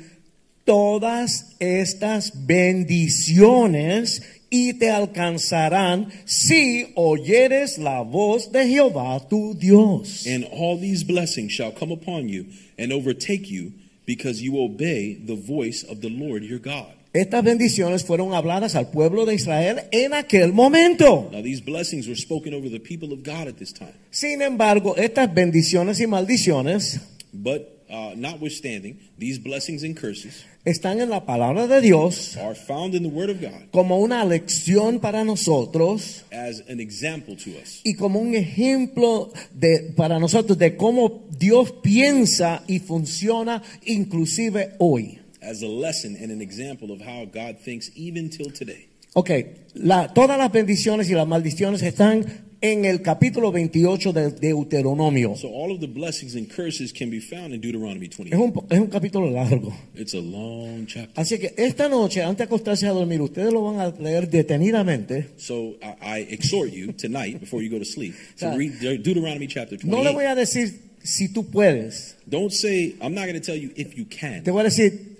B: todas estas bendiciones y te alcanzarán si oyeres la voz de Jehová tu Dios.
C: And all these blessings shall come upon you and overtake you, because you obey the voice of the Lord your God.
B: Estas bendiciones fueron habladas al pueblo de Israel en aquel momento.
C: Now, these blessings were spoken over the people of God at this time.
B: Sin embargo, estas bendiciones y maldiciones
C: But uh, notwithstanding, these blessings and curses
B: están en la palabra de Dios
C: are found in the Word of God
B: como una lección para nosotros
C: as an example to us.
B: y como un ejemplo de, para nosotros de cómo Dios piensa y funciona inclusive hoy.
C: as a lesson and an example of how God thinks even till today.
B: Ok, la- todas las bendiciones y las maldiciones están en el capítulo 28 de Deuteronomio.
C: So all of the blessings and curses can be found in Deuteronomy
B: Es
C: 28.
B: un, es un capítulo largo.
C: It's a long chapter.
B: Así que esta noche, antes de acostarse a dormir, ustedes lo van a leer detenidamente.
C: So I, I exhort you tonight, before you go to sleep, to
B: Yeah.
C: read De- Deuteronomy chapter
B: No le voy
C: 28.
B: a decir si tú puedes.
C: Don't say, I'm not going to tell you if you can.
B: Te voy a decir,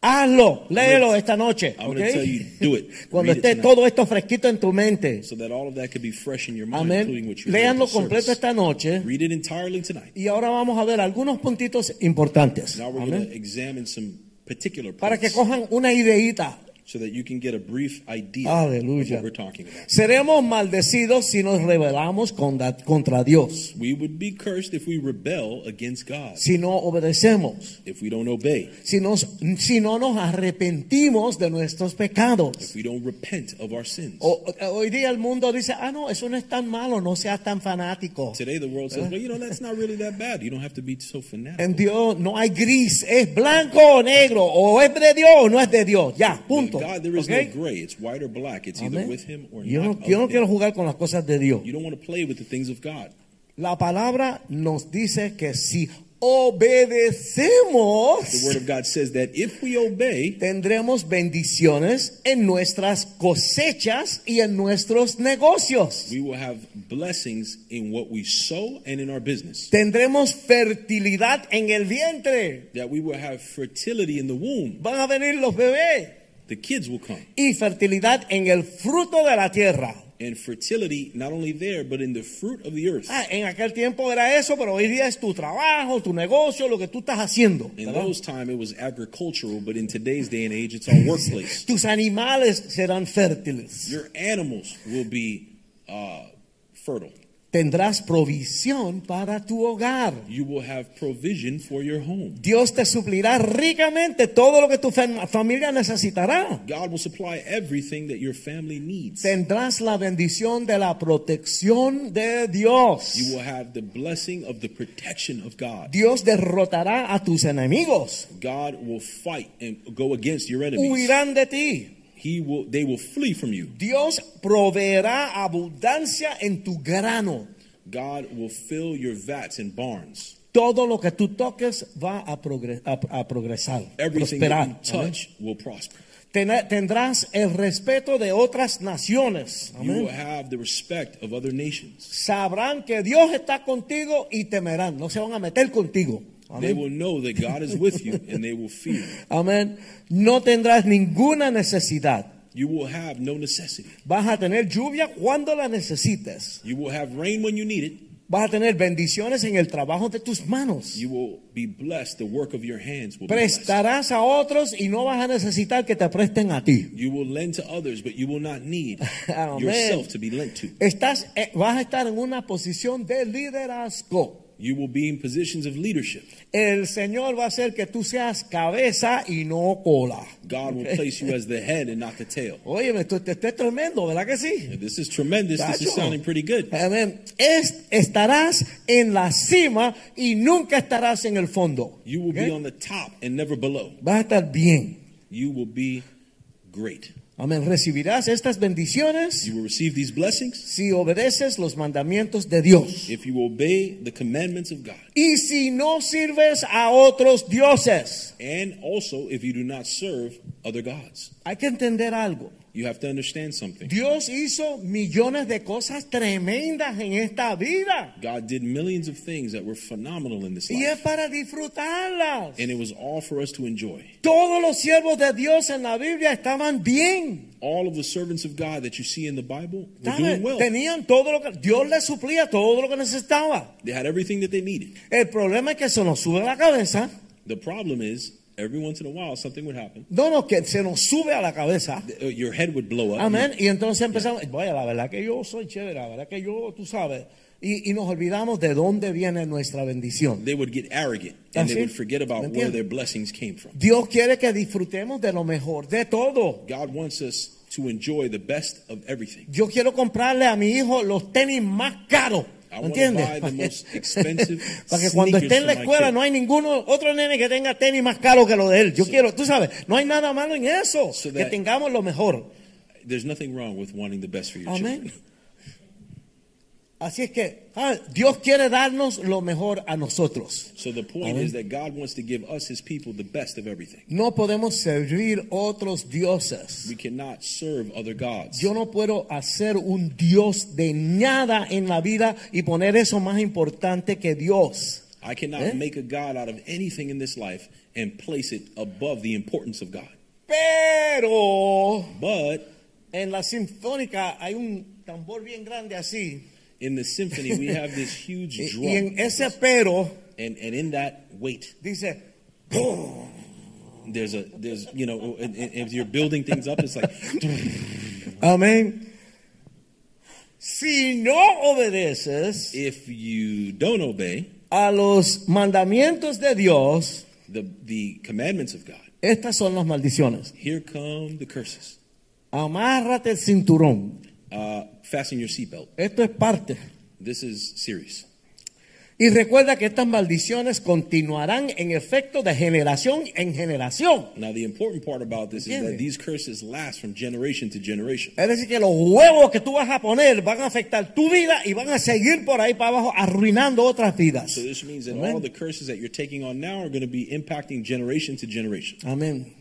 B: hazlo, léelo esta noche.
C: I'm going to
B: ¿ok?
C: tell you, do it.
B: [laughs] Cuando
C: Read it
B: esté
C: tonight.
B: todo esto fresquito en tu mente.
C: So that all of that could be fresh in your mind, including
B: Amén.
C: what you read. in the
B: Leanlo
C: service.
B: completo esta noche.
C: Read it entirely tonight.
B: Y ahora vamos a ver algunos puntitos importantes.
C: Now we're
B: Amén.
C: going to examine some particular
B: Para que
C: points
B: cojan una ideita.
C: so that you can get a brief idea of
B: Aleluya.
C: what we're talking about.
B: Seremos maldecidos si nos rebelamos contra, contra Dios,
C: We would be cursed if we rebel against God,
B: si no obedecemos,
C: if we don't obey,
B: si, nos, si no nos arrepentimos de nuestros
C: if
B: pecados.
C: we don't repent of our sins.
B: O- hoy día el mundo dice, ah, no, eso no es tan malo, no seas tan fanático.
C: Today the world says, well, you know, that's not really that bad. You don't have to be so
B: En
C: fanatical.
B: Dios no hay gris, es blanco o negro, o es de Dios o no es de Dios. Ya,
C: With
B: punto.
C: God, there is
B: ¿Ok?
C: no gray. It's white or black. It's either
B: Amén.
C: with Him or
B: Yo
C: not.
B: no, yo no
C: of
B: quiero
C: him.
B: jugar con las cosas de Dios.
C: You don't want to play with the things of God.
B: La palabra nos dice que si obedecemos,
C: The Word of God says that if we obey,
B: tendremos bendiciones en nuestras cosechas y en nuestros negocios.
C: we will have blessings in what we sow and in our business.
B: Tendremos fertilidad en el vientre.
C: That we will have fertility in the womb.
B: Van a venir los bebés.
C: The kids will come.
B: Y fertilidad en el fruto de la tierra.
C: And fertility, not only there, but in the fruit of the earth.
B: Ah, en aquel tiempo era eso, pero hoy día es tu trabajo, tu negocio, lo que tú estás haciendo.
C: In
B: ¿verdad?
C: those time, it was agricultural, but in today's day and age, it's our workplace.
B: Tus animales serán fértiles.
C: Your animals will be uh, fertile.
B: Tendrás provisión para tu hogar.
C: You will have provision for your home.
B: Dios te suplirá ricamente todo lo que tu fam- familia necesitará.
C: God will supply everything that your family needs.
B: Tendrás la bendición de la protección de Dios.
C: You will have the blessing of the protection of God.
B: Dios derrotará a tus enemigos.
C: God will fight and go against your enemies.
B: Huirán de ti.
C: He will. They will flee from you.
B: Dios proveerá abundancia en tu grano.
C: God will fill your vats and barns.
B: Todo lo que tú toques va a, progre- a- a progresar,
C: Everything that you
B: prosperar.
C: touch will prosper.
B: Amén. Ten- tendrás el respeto de otras naciones.
C: You
B: Amén.
C: will have the respect of other nations.
B: Sabrán que Dios está contigo y temerán. No se van a meter contigo.
C: They
B: Amén.
C: will know that God is with you and they will fear. you.
B: Amén. No tendrás ninguna necesidad.
C: You will have no necessity.
B: Vas a tener lluvia cuando la necesites.
C: You will have rain when you need it.
B: Vas a tener bendiciones en el trabajo de tus manos.
C: You will be blessed. The work of your hands will be blessed.
B: Prestarás a otros y no vas a necesitar que te presten a ti.
C: You will lend to others, but you will not need
B: Amen.
C: yourself to be lent to.
B: Estás, eh, vas a estar en una posición de liderazgo.
C: You will be in positions of leadership.
B: El Señor va a hacer que tú seas cabeza y no cola.
C: God will place you as the head and not the tail.
B: Oye, esto, esto es tremendo, ¿verdad que sí?
C: And this is tremendous. This is
B: Chacho.
C: sounding pretty good.
B: Amén. Es- estarás en la cima y nunca estarás en el fondo.
C: You will
B: ¿Ok?
C: be on the top and never below.
B: Vas a estar bien.
C: You will be great.
B: Amén. Recibirás estas bendiciones
C: You will receive these blessings
B: si obedeces los mandamientos de Dios.
C: if you obey the commandments of God.
B: Y si no sirves a otros dioses.
C: And also if you do not serve other gods.
B: Hay que entender algo.
C: You have to understand something.
B: Dios hizo millones de cosas tremendas en esta vida.
C: God did millions of things that were phenomenal in this
B: Y es
C: life.
B: para disfrutarlas.
C: And it was all for us to enjoy.
B: Todos los siervos de Dios en la Biblia estaban bien.
C: All of the servants of God that you see in the Bible were
B: ¿sabe?
C: doing well.
B: Tenían todo lo que Dios les suplía todo lo que necesitaba.
C: They had everything that they needed.
B: El problema es que se nos sube a la cabeza.
C: The problem is, every once in a while, something would happen.
B: No, no, que se nos sube a la cabeza.
C: Uh, Your head would blow up.
B: Amén. Y entonces empezamos, vaya, la verdad que yo soy chévere, la verdad que yo, tú sabes. Y, y nos olvidamos de dónde viene nuestra bendición.
C: They would get arrogant and
B: Así.
C: they would forget about
B: ¿Me
C: where
B: entiendes?
C: their blessings came from.
B: Dios quiere que disfrutemos de lo mejor, de todo.
C: God wants us to enjoy the best of everything.
B: Yo quiero comprarle a mi hijo los tenis más caros.
C: I wanna
B: ¿Entiendes?
C: buy the most expensive
B: [laughs] Para que cuando esté en la
C: sneakers for my
B: escuela
C: kid.
B: no hay ninguno otro nene que tenga tenis más caro que lo de él. Yo quiero, tú sabes, no hay nada malo en eso,
C: So
B: que
C: that-
B: tengamos lo mejor.
C: There's nothing wrong with wanting the best for your
B: Amén.
C: children. [laughs]
B: Así es que ah, Dios quiere darnos lo mejor a nosotros.
C: So the point
B: Amén.
C: is that God wants to give us, His people, the best of everything.
B: No podemos servir otros dioses.
C: We cannot serve other gods.
B: Yo no puedo hacer un Dios de nada en la vida y poner eso más importante que Dios.
C: I cannot
B: Eh?
C: make a god out of anything in this life and place it above the importance of God.
B: Pero
C: But
B: en la sinfónica hay un tambor bien grande así.
C: in the symphony, we have
B: [laughs]
C: this huge
B: Y,
C: drum.
B: y en ese pero
C: and, and in that weight,
B: dice,
C: there's a, there's, you know, and- and if you're building things up,
B: [laughs]
C: it's like,
B: amén. Si no obedeces
C: if you don't obey
B: a los mandamientos de Dios,
C: the, the commandments of God,
B: estas son las maldiciones.
C: here come the curses.
B: Amárrate el cinturón.
C: Uh, fasten your seatbelt.
B: Esto es parte.
C: This is serious.
B: Y recuerda que estas maldiciones continuarán en efecto de generación en generación.
C: Now, the important part about this is
B: Entiende?
C: that these curses last from generation to generation.
B: Es decir, que los huevos que tú vas a poner van a afectar tu vida y van a seguir por ahí para abajo arruinando otras vidas.
C: So this means that
B: Amen.
C: all the curses that you're taking on now are going to be impacting generation to generation.
B: Amén.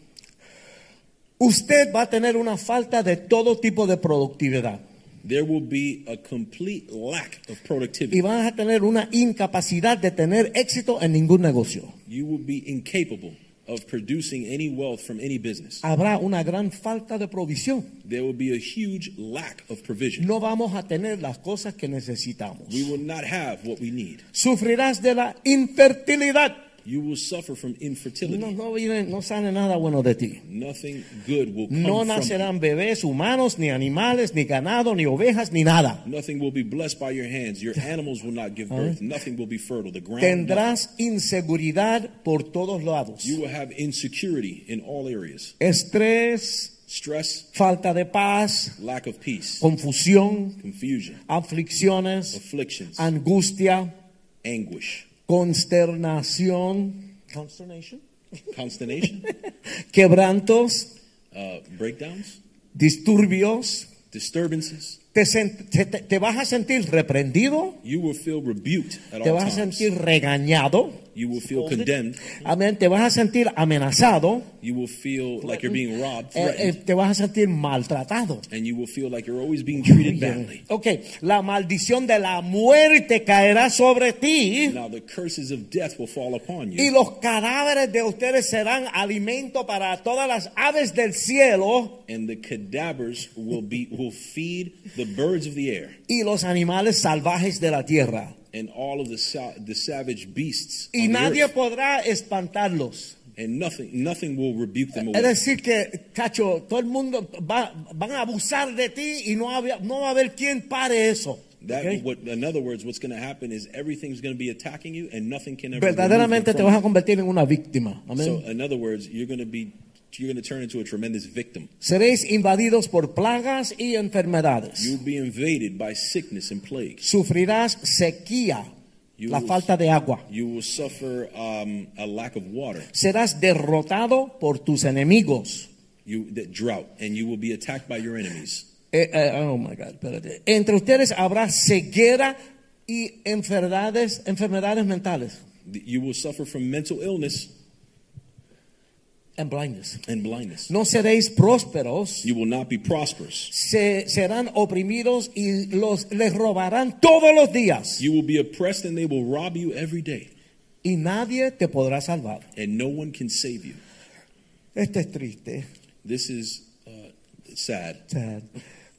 B: Usted va a tener una falta de todo tipo de productividad
C: There will be a complete lack of
B: y
C: productivity.
B: vas a tener una incapacidad de tener éxito en ningún negocio.
C: You will be incapable of producing any wealth from any business.
B: Habrá una gran falta de provisión.
C: There will be a huge lack of provision.
B: No vamos a tener las cosas que necesitamos.
C: We will not have what we need.
B: Sufrirás de la infertilidad.
C: You will suffer from
B: No,
C: infertility.
B: no, viene- no sale nada bueno de ti.
C: Nothing good will come
B: No
C: from you.
B: nacerán bebés humanos, ni animales, ni ganado, ni ovejas, ni nada.
C: Nothing will be blessed by your hands. Your animals will not give birth. Nothing will be fertile. The ground. nothing.
B: Tendrás inseguridad por todos lados.
C: You will have insecurity in all areas.
B: Estrés,
C: Stress,
B: falta de paz,
C: lack of peace,
B: confusión,
C: confusion,
B: aflicciones,
C: afflictions,
B: angustia,
C: anguish,
B: consternación, consternation,
C: consternation, [laughs]
B: quebrantos,
C: uh, breakdowns,
B: disturbios.
C: disturbances.
B: Te, sen- te- te- te vas a sentir reprendido,
C: You will feel rebuked at
B: te
C: all
B: vas a
C: times.
B: sentir regañado,
C: You will feel condemned.
B: amén, te vas a sentir amenazado.
C: You will feel like you're being robbed,
B: Eh, eh,
C: threatened,
B: te vas a sentir maltratado.
C: and you will feel like you're always being
B: Oh,
C: treated badly.
B: Ok, la maldición de la muerte caerá sobre ti
C: Now the curses of death will fall upon
B: y
C: you,
B: los cadáveres de ustedes serán alimento para todas las aves del cielo
C: and the cadavers will be will feed the birds of the air
B: y los animales salvajes de la tierra.
C: and all of the sa- the savage beasts,
B: Y
C: on the
B: nadie
C: earth.
B: podrá espantarlos.
C: and nothing nothing will rebuke them
B: Es
C: away.
B: decir que, cacho, todo el mundo va, van a abusar de ti y no, había- no va a haber quien pare eso.
C: That
B: ok?
C: what in other words, what's going to happen is everything's going to be attacking you, and nothing can ever. remove them
B: Verdaderamente te
C: from
B: vas a
C: you.
B: convertir en una víctima. Amén.
C: So eh. in other words, you're going to be you're going to turn into a tremendous victim.
B: Seréis invadidos por plagas y enfermedades.
C: You'll be invaded by sickness and plagues.
B: Sufrirás sequía,
C: You
B: la
C: will-
B: falta de agua.
C: You will suffer um, a lack of water,
B: Serás derrotado por tus enemigos.
C: you that drought, and you will be attacked by your enemies.
B: Eh, eh, oh my God, espérate. Entre ustedes habrá ceguera y enfermedades, enfermedades mentales.
C: Th- You will suffer from mental illness
B: And blindness.
C: and blindness.
B: No seréis prósperos.
C: You will not be prosperous.
B: Se- serán oprimidos y los, les robarán todos los días.
C: You will be oppressed, and they will rob you every day,
B: Y nadie te podrá salvar.
C: and no one can save you.
B: Esto es triste.
C: This is uh, sad.
B: Sad.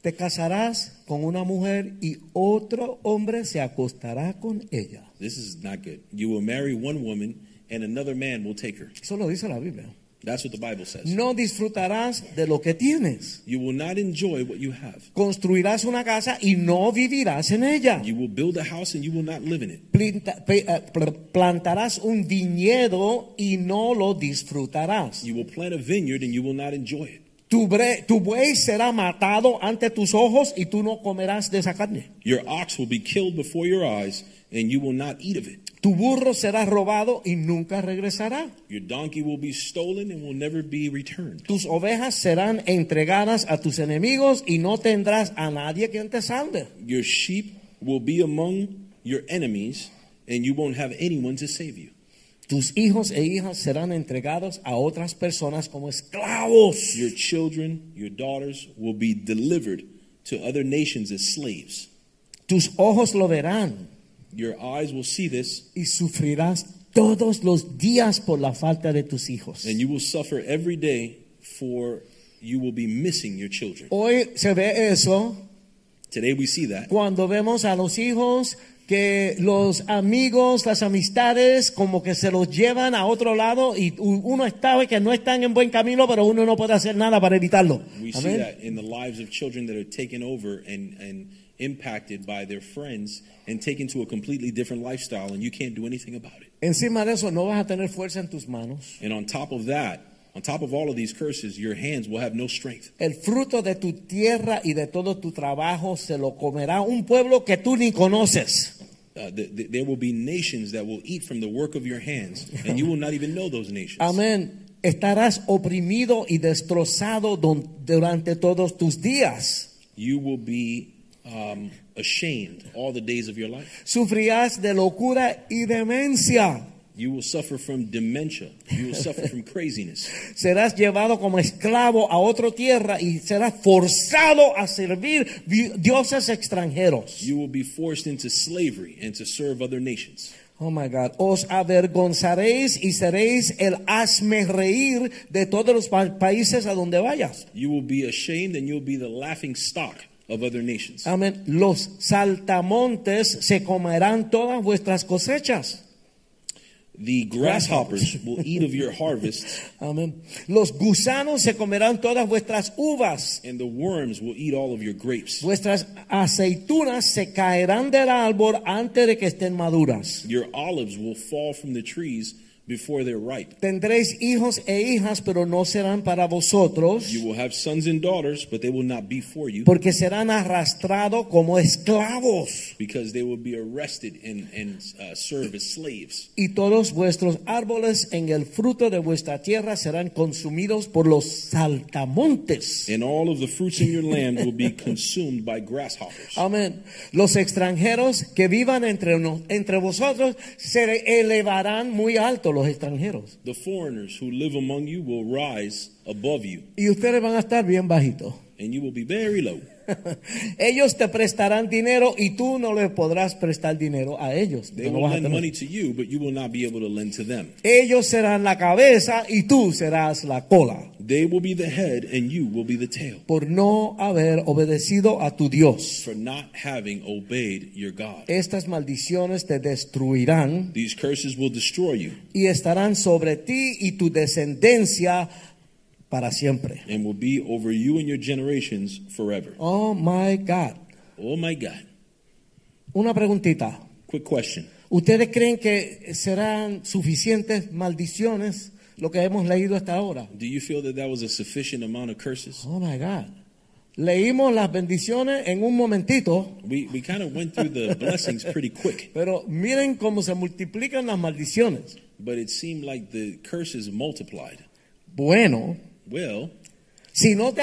B: Te casarás con una mujer y otro hombre se acostará con ella.
C: This is not good. You will marry one woman, and another man will take her.
B: Eso lo dice la Biblia.
C: That's what the Bible says.
B: No disfrutarás de lo que tienes.
C: You will not enjoy what you have.
B: Construirás una casa y no vivirás en ella.
C: You will build a house, and you will not live in it.
B: Plinta- pe- eh, pl- plantarás un viñedo y no lo disfrutarás.
C: You will plant a vineyard, and you will not enjoy it.
B: Tu, bre- tu buey será matado ante tus ojos y tú no comerás de esa carne.
C: Your ox will be killed before your eyes, and you will not eat of it.
B: Tu burro será robado y nunca regresará.
C: Your donkey will be stolen and will never be returned.
B: Tus ovejas serán entregadas a tus enemigos y no tendrás a nadie quien te salve.
C: Your sheep will be among your enemies, and you won't have anyone to save you.
B: Tus hijos e hijas serán entregados a otras personas como esclavos.
C: Your children, your daughters will be delivered to other nations as slaves.
B: Tus ojos lo verán
C: Your eyes will see this,
B: y sufrirás todos los días por la falta de tus hijos.
C: and you will suffer every day, for you will be missing your children.
B: Hoy se ve eso
C: Today we see that.
B: cuando vemos a los hijos que los amigos, las amistades, como que se los llevan a otro lado y u- uno sabe que no están en buen camino, pero uno no puede hacer nada para evitarlo.
C: We see
B: Amén.
C: that in the lives of children that are taken over and, and impacted by their friends and taken to a completely different lifestyle, and you can't do anything about it.
B: Encima de eso no vas a tener fuerza en tus manos.
C: And on top of that, on top of all of these curses, your hands will have no strength.
B: El fruto de tu tierra y de todo tu trabajo se lo comerá un pueblo que tú ni conoces.
C: Uh, th- th- there will be nations that will eat from the work of your hands, and you will not even know those
B: [laughs]
C: nations.
B: Amén. Estarás oprimido y destrozado don- durante todos tus días.
C: You will be um, ashamed all the days of your life.
B: Sufrirás de locura y demencia.
C: You will suffer from dementia. You will suffer from craziness.
B: Serás llevado como esclavo a otra tierra y serás forzado a servir di- dioses extranjeros.
C: You will be forced into slavery and to serve other nations.
B: Oh my God. Os avergonzaréis y seréis el hazme reír de todos los pa- países a donde vayas.
C: You will be ashamed and you'll be the laughing stock of other nations.
B: Amén. Los saltamontes se comerán todas vuestras cosechas.
C: The grasshoppers will eat of your harvests,
B: Amén. Los gusanos se comerán todas vuestras uvas.
C: and the worms will eat all of your grapes.
B: Vuestras aceitunas se caerán del árbol antes de que estén maduras.
C: Your olives will fall from the trees before they're ripe.
B: Tendréis hijos e hijas, pero no serán para vosotros,
C: You will have sons and daughters, but they will not be for you
B: porque serán arrastrados como esclavos.
C: because they will be arrested and, and uh, serve as slaves.
B: Y todos vuestros árboles en el fruto de vuestra tierra serán consumidos por los saltamontes.
C: And all of the fruits in your land will be consumed by grasshoppers.
B: Amén. Los extranjeros que vivan entre, no- entre vosotros se elevarán muy alto los extranjeros.
C: The foreigners who live among you will rise above you,
B: Y ustedes van a estar bien bajitos. [laughs]
C: and you will be very low.
B: ellos te prestarán dinero y tú no le podrás prestar dinero a ellos.
C: They
B: No
C: will
B: vas a
C: lend
B: tener.
C: money to you, but you will not be able to lend to them.
B: Ellos serán la cabeza y tú serás la cola
C: They will be the head, and you will be the tail
B: por no haber obedecido a tu Dios.
C: for not having obeyed your God.
B: Estas maldiciones te destruirán
C: These curses will destroy you
B: y estarán sobre ti y tu descendencia para siempre.
C: and will be over you and your generations forever.
B: Oh my God.
C: Oh my God.
B: Una preguntita.
C: Quick question.
B: ¿Ustedes creen que serán suficientes maldiciones lo que hemos leído hasta ahora?
C: Do you feel that that was a sufficient amount of curses?
B: Oh my God. Leímos las bendiciones en un momentito,
C: We, we kind of went through the blessings pretty quick,
B: pero miren cómo se multiplican las maldiciones.
C: but it seemed like the curses multiplied.
B: Bueno,
C: Well,
B: si no te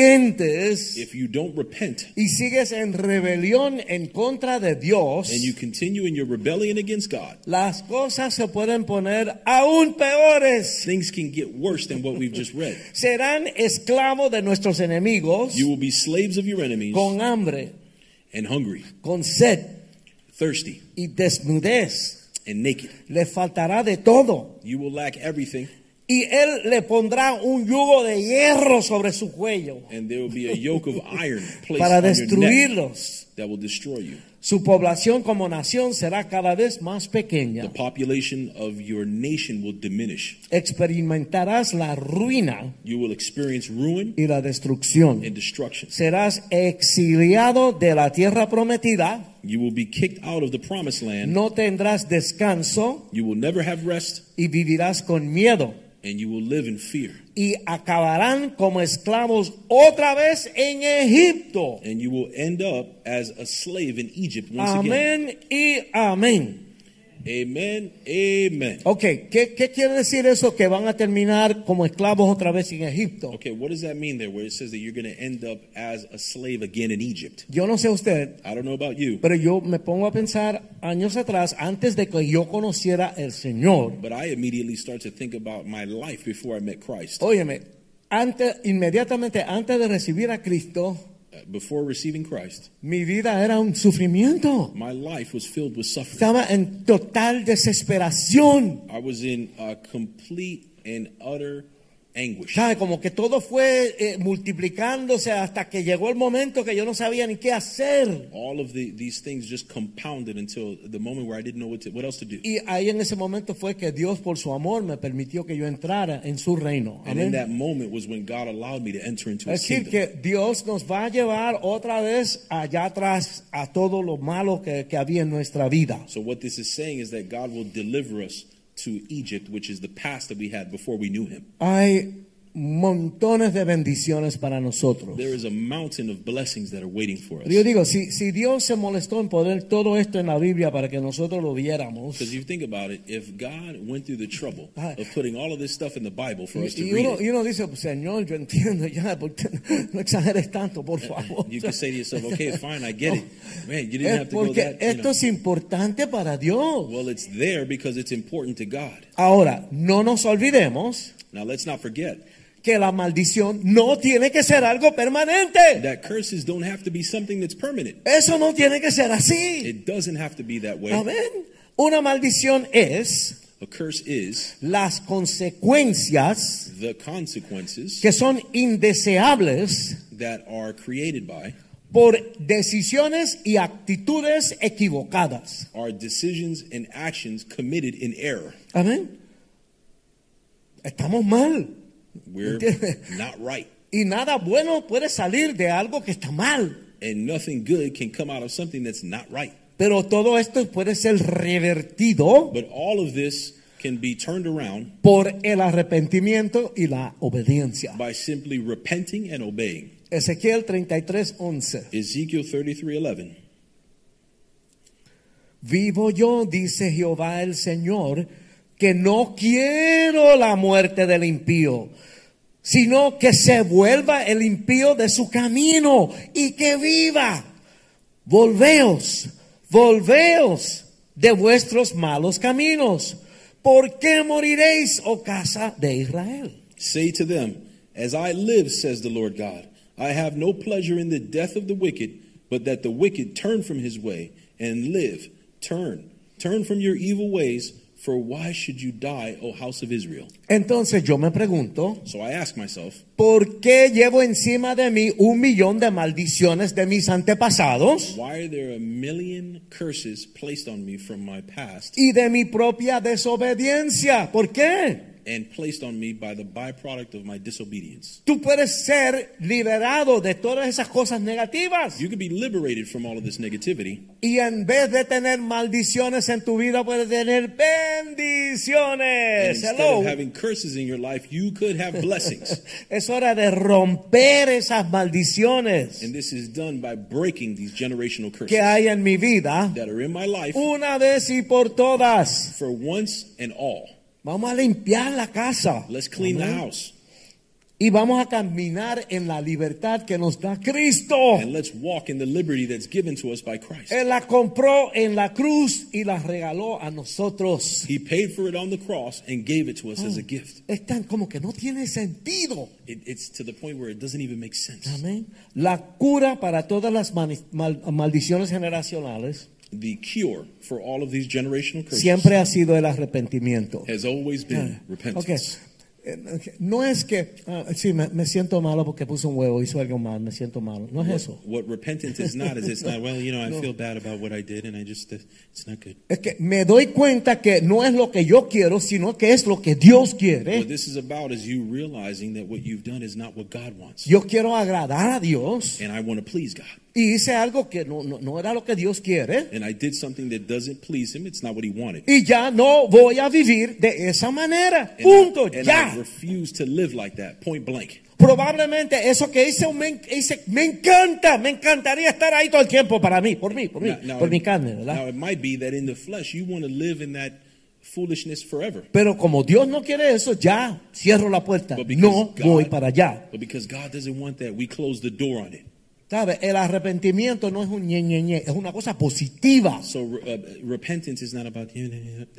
B: arrepientes
C: if you don't repent
B: y sigues en rebelión en contra de Dios,
C: and you continue in your rebellion against God,
B: las cosas se pueden poner aún peores.
C: things can get worse than what we've just read.
B: Serán esclavos de nuestros enemigos
C: You will be slaves of your enemies
B: con hambre,
C: and hungry,
B: con sed
C: thirsty,
B: y desnudez.
C: and naked.
B: Les faltará de todo.
C: You will lack everything,
B: Y él le pondrá un yugo de hierro sobre su cuello
C: and there will be a yoke of iron placed
B: para
C: on your neck
B: destruirlos.
C: that will destroy you.
B: Su población como nación será cada vez más
C: The
B: pequeña.
C: population of your nation will diminish.
B: Experimentarás la ruina
C: You will experience ruin
B: y la destrucción.
C: and destruction.
B: Serás exiliado de la tierra prometida.
C: You will be kicked out of the promised land.
B: No tendrás descanso
C: You will never have rest,
B: y vivirás con miedo.
C: and you will live in fear.
B: Y acabarán como esclavos otra vez en Egipto.
C: And you will end up as as a slave in Egypt once again.
B: Amén y amén.
C: Amen. Amen.
B: Ok, ¿qué, qué quiere decir eso? Que van a terminar como esclavos otra vez en Egipto.
C: Okay, what does that mean there where it says that you're going to end up as a slave again in Egypt?
B: Yo no sé usted,
C: I don't know about you,
B: pero yo me pongo a pensar años atrás, antes de que yo conociera el Señor.
C: but I immediately start to think about my life before I met Christ.
B: Óyeme, antes, inmediatamente antes de recibir a Cristo,
C: Uh, Before receiving Christ,
B: mi vida era un sufrimiento.
C: my life was filled with suffering.
B: Estaba en total desesperación.
C: I was in uh, complete and utter anguish.
B: ¿Sabe? Como que todo fue eh, multiplicándose hasta que llegó el momento que yo no sabía ni qué hacer.
C: All of the, these things just compounded until the moment where I didn't know what, to, what else to do.
B: Y ahí en ese momento fue que Dios por su amor me permitió que yo entrara en su reino.
C: And in
B: Amén.
C: that moment was when God allowed me to enter into
B: Es
C: His
B: decir,
C: kingdom.
B: que Dios nos va a llevar otra vez allá atrás a todo lo malo que, que había en nuestra vida.
C: So what this is saying is that God will deliver us to Egypt, which is the past that we had before we knew Him.
B: Hay montones de bendiciones para nosotros.
C: There is a mountain of blessings that are waiting for us.
B: Yo digo, si, si Dios se molestó en poner todo esto en la Biblia para que nosotros lo viéramos,
C: Because you think about it, if God went through the trouble
B: Ah.
C: of putting all of this stuff in the Bible for us
B: y,
C: to
B: y
C: read,
B: uno,
C: it,
B: y uno dice, pues, Señor, yo entiendo ya, [laughs] porque no exageres tanto, por favor.
C: you could say to yourself, "Okay, fine, I get it. Man, you didn't
B: Es
C: have to go
B: porque
C: that." you know.
B: Eh, esto es importante para Dios.
C: Well, it's there because it's important to God.
B: Ahora, no nos olvidemos
C: Now, let's not forget
B: que la maldición no tiene que ser algo permanente.
C: that curses don't have to be something that's permanent.
B: Eso no tiene que ser así.
C: It doesn't have to be that way.
B: Amén. Una maldición es
C: A curse is
B: las consecuencias
C: the consequences
B: que son indeseables
C: that are created by
B: por decisiones y actitudes equivocadas.
C: our decisions and actions committed in error.
B: Amén. Estamos mal.
C: We're
B: Entiende?
C: not right.
B: Y nada bueno puede salir de algo que está mal.
C: And nothing good can come out of something that's not right.
B: Pero todo esto puede ser revertido
C: But all of this can be turned around
B: por el arrepentimiento y la obediencia.
C: by simply repenting and obeying.
B: Ezequiel 33, 11.
C: Ezekiel 33:11.
B: Vivo yo, dice Jehová el Señor, que no quiero la muerte del impío, sino que se vuelva el impío de su camino y que viva. Volveos, volveos de vuestros malos caminos. ¿Por qué moriréis, oh casa de Israel?
C: Say to them, As I live, says the Lord God, I have no pleasure in the death of the wicked, but that the wicked turn from his way and live. Turn, turn from your evil ways, for why should you die, O house of Israel?
B: Entonces yo me pregunto,
C: So I ask myself,
B: ¿por qué llevo encima de mí un millón de maldiciones de mis antepasados?
C: why are there a million curses placed on me from my past
B: y de mi propia desobediencia. ¿Por qué?
C: and placed on me by the byproduct of my disobedience?
B: Tú puedes ser liberado de todas esas cosas negativas
C: You could be liberated from all of this negativity,
B: y en vez de tener maldiciones en tu vida puedes tener
C: and
B: bendiciones.
C: instead
B: Hello.
C: of having curses in your life, you could have blessings.
B: Es hora de romper esas maldiciones
C: And this is done by breaking these generational curses
B: que hay en mi vida
C: that are in my life
B: una vez y por todas.
C: for once and all.
B: Vamos a limpiar la casa
C: Let's clean the
B: Amén.
C: house
B: y vamos a caminar en la libertad que nos da Cristo.
C: and let's walk in the liberty that's given to us by Christ.
B: Él la compró en la cruz y la regaló a nosotros.
C: He paid for it on the cross and gave it to us as a gift.
B: Es tan como que no tiene sentido.
C: It, it's to the point where it doesn't even make sense.
B: Amén. La cura para todas las mani- mal- maldiciones generacionales
C: The cure for all of these generational curses
B: siempre Mm. ha sido el arrepentimiento.
C: has always been repentance.
B: Ok. Eh, ok. No es que, ah, sí, me, me siento malo porque puse un huevo, hizo algo mal, me siento malo. No es eso.
C: What repentance is not is it's not, well, you know, I feel bad about what I did and I just, uh, it's not good.
B: Es que me doy cuenta que no es lo que yo quiero, sino que es lo que Dios
C: What
B: quiere.
C: this is about is you realizing that what you've done is not what God wants.
B: Yo quiero agradar a Dios.
C: And I want to please God.
B: Y hice algo que no, no, no era lo que Dios quiere.
C: and I did something that doesn't please him. It's not what he wanted.
B: Y ya no voy a vivir de esa manera.
C: And, I-
B: Punto.
C: and
B: ya.
C: I refuse to live like that, point blank.
B: Probablemente eso que hice, me, en- hice- me encanta, me encantaría estar ahí todo el tiempo para mí, por mí, por mí, por mi carne, ¿verdad?
C: now, it might be that in the flesh you want to live in that foolishness forever.
B: Pero como Dios no quiere eso, ya cierro la puerta.
C: But because
B: No
C: God-
B: voy para allá.
C: But because God doesn't want that, we close the door on it.
B: ¿Sabe? El arrepentimiento no es un ñe, ñe, ñe, es una cosa positiva.
C: So re- uh, repentance is not about you.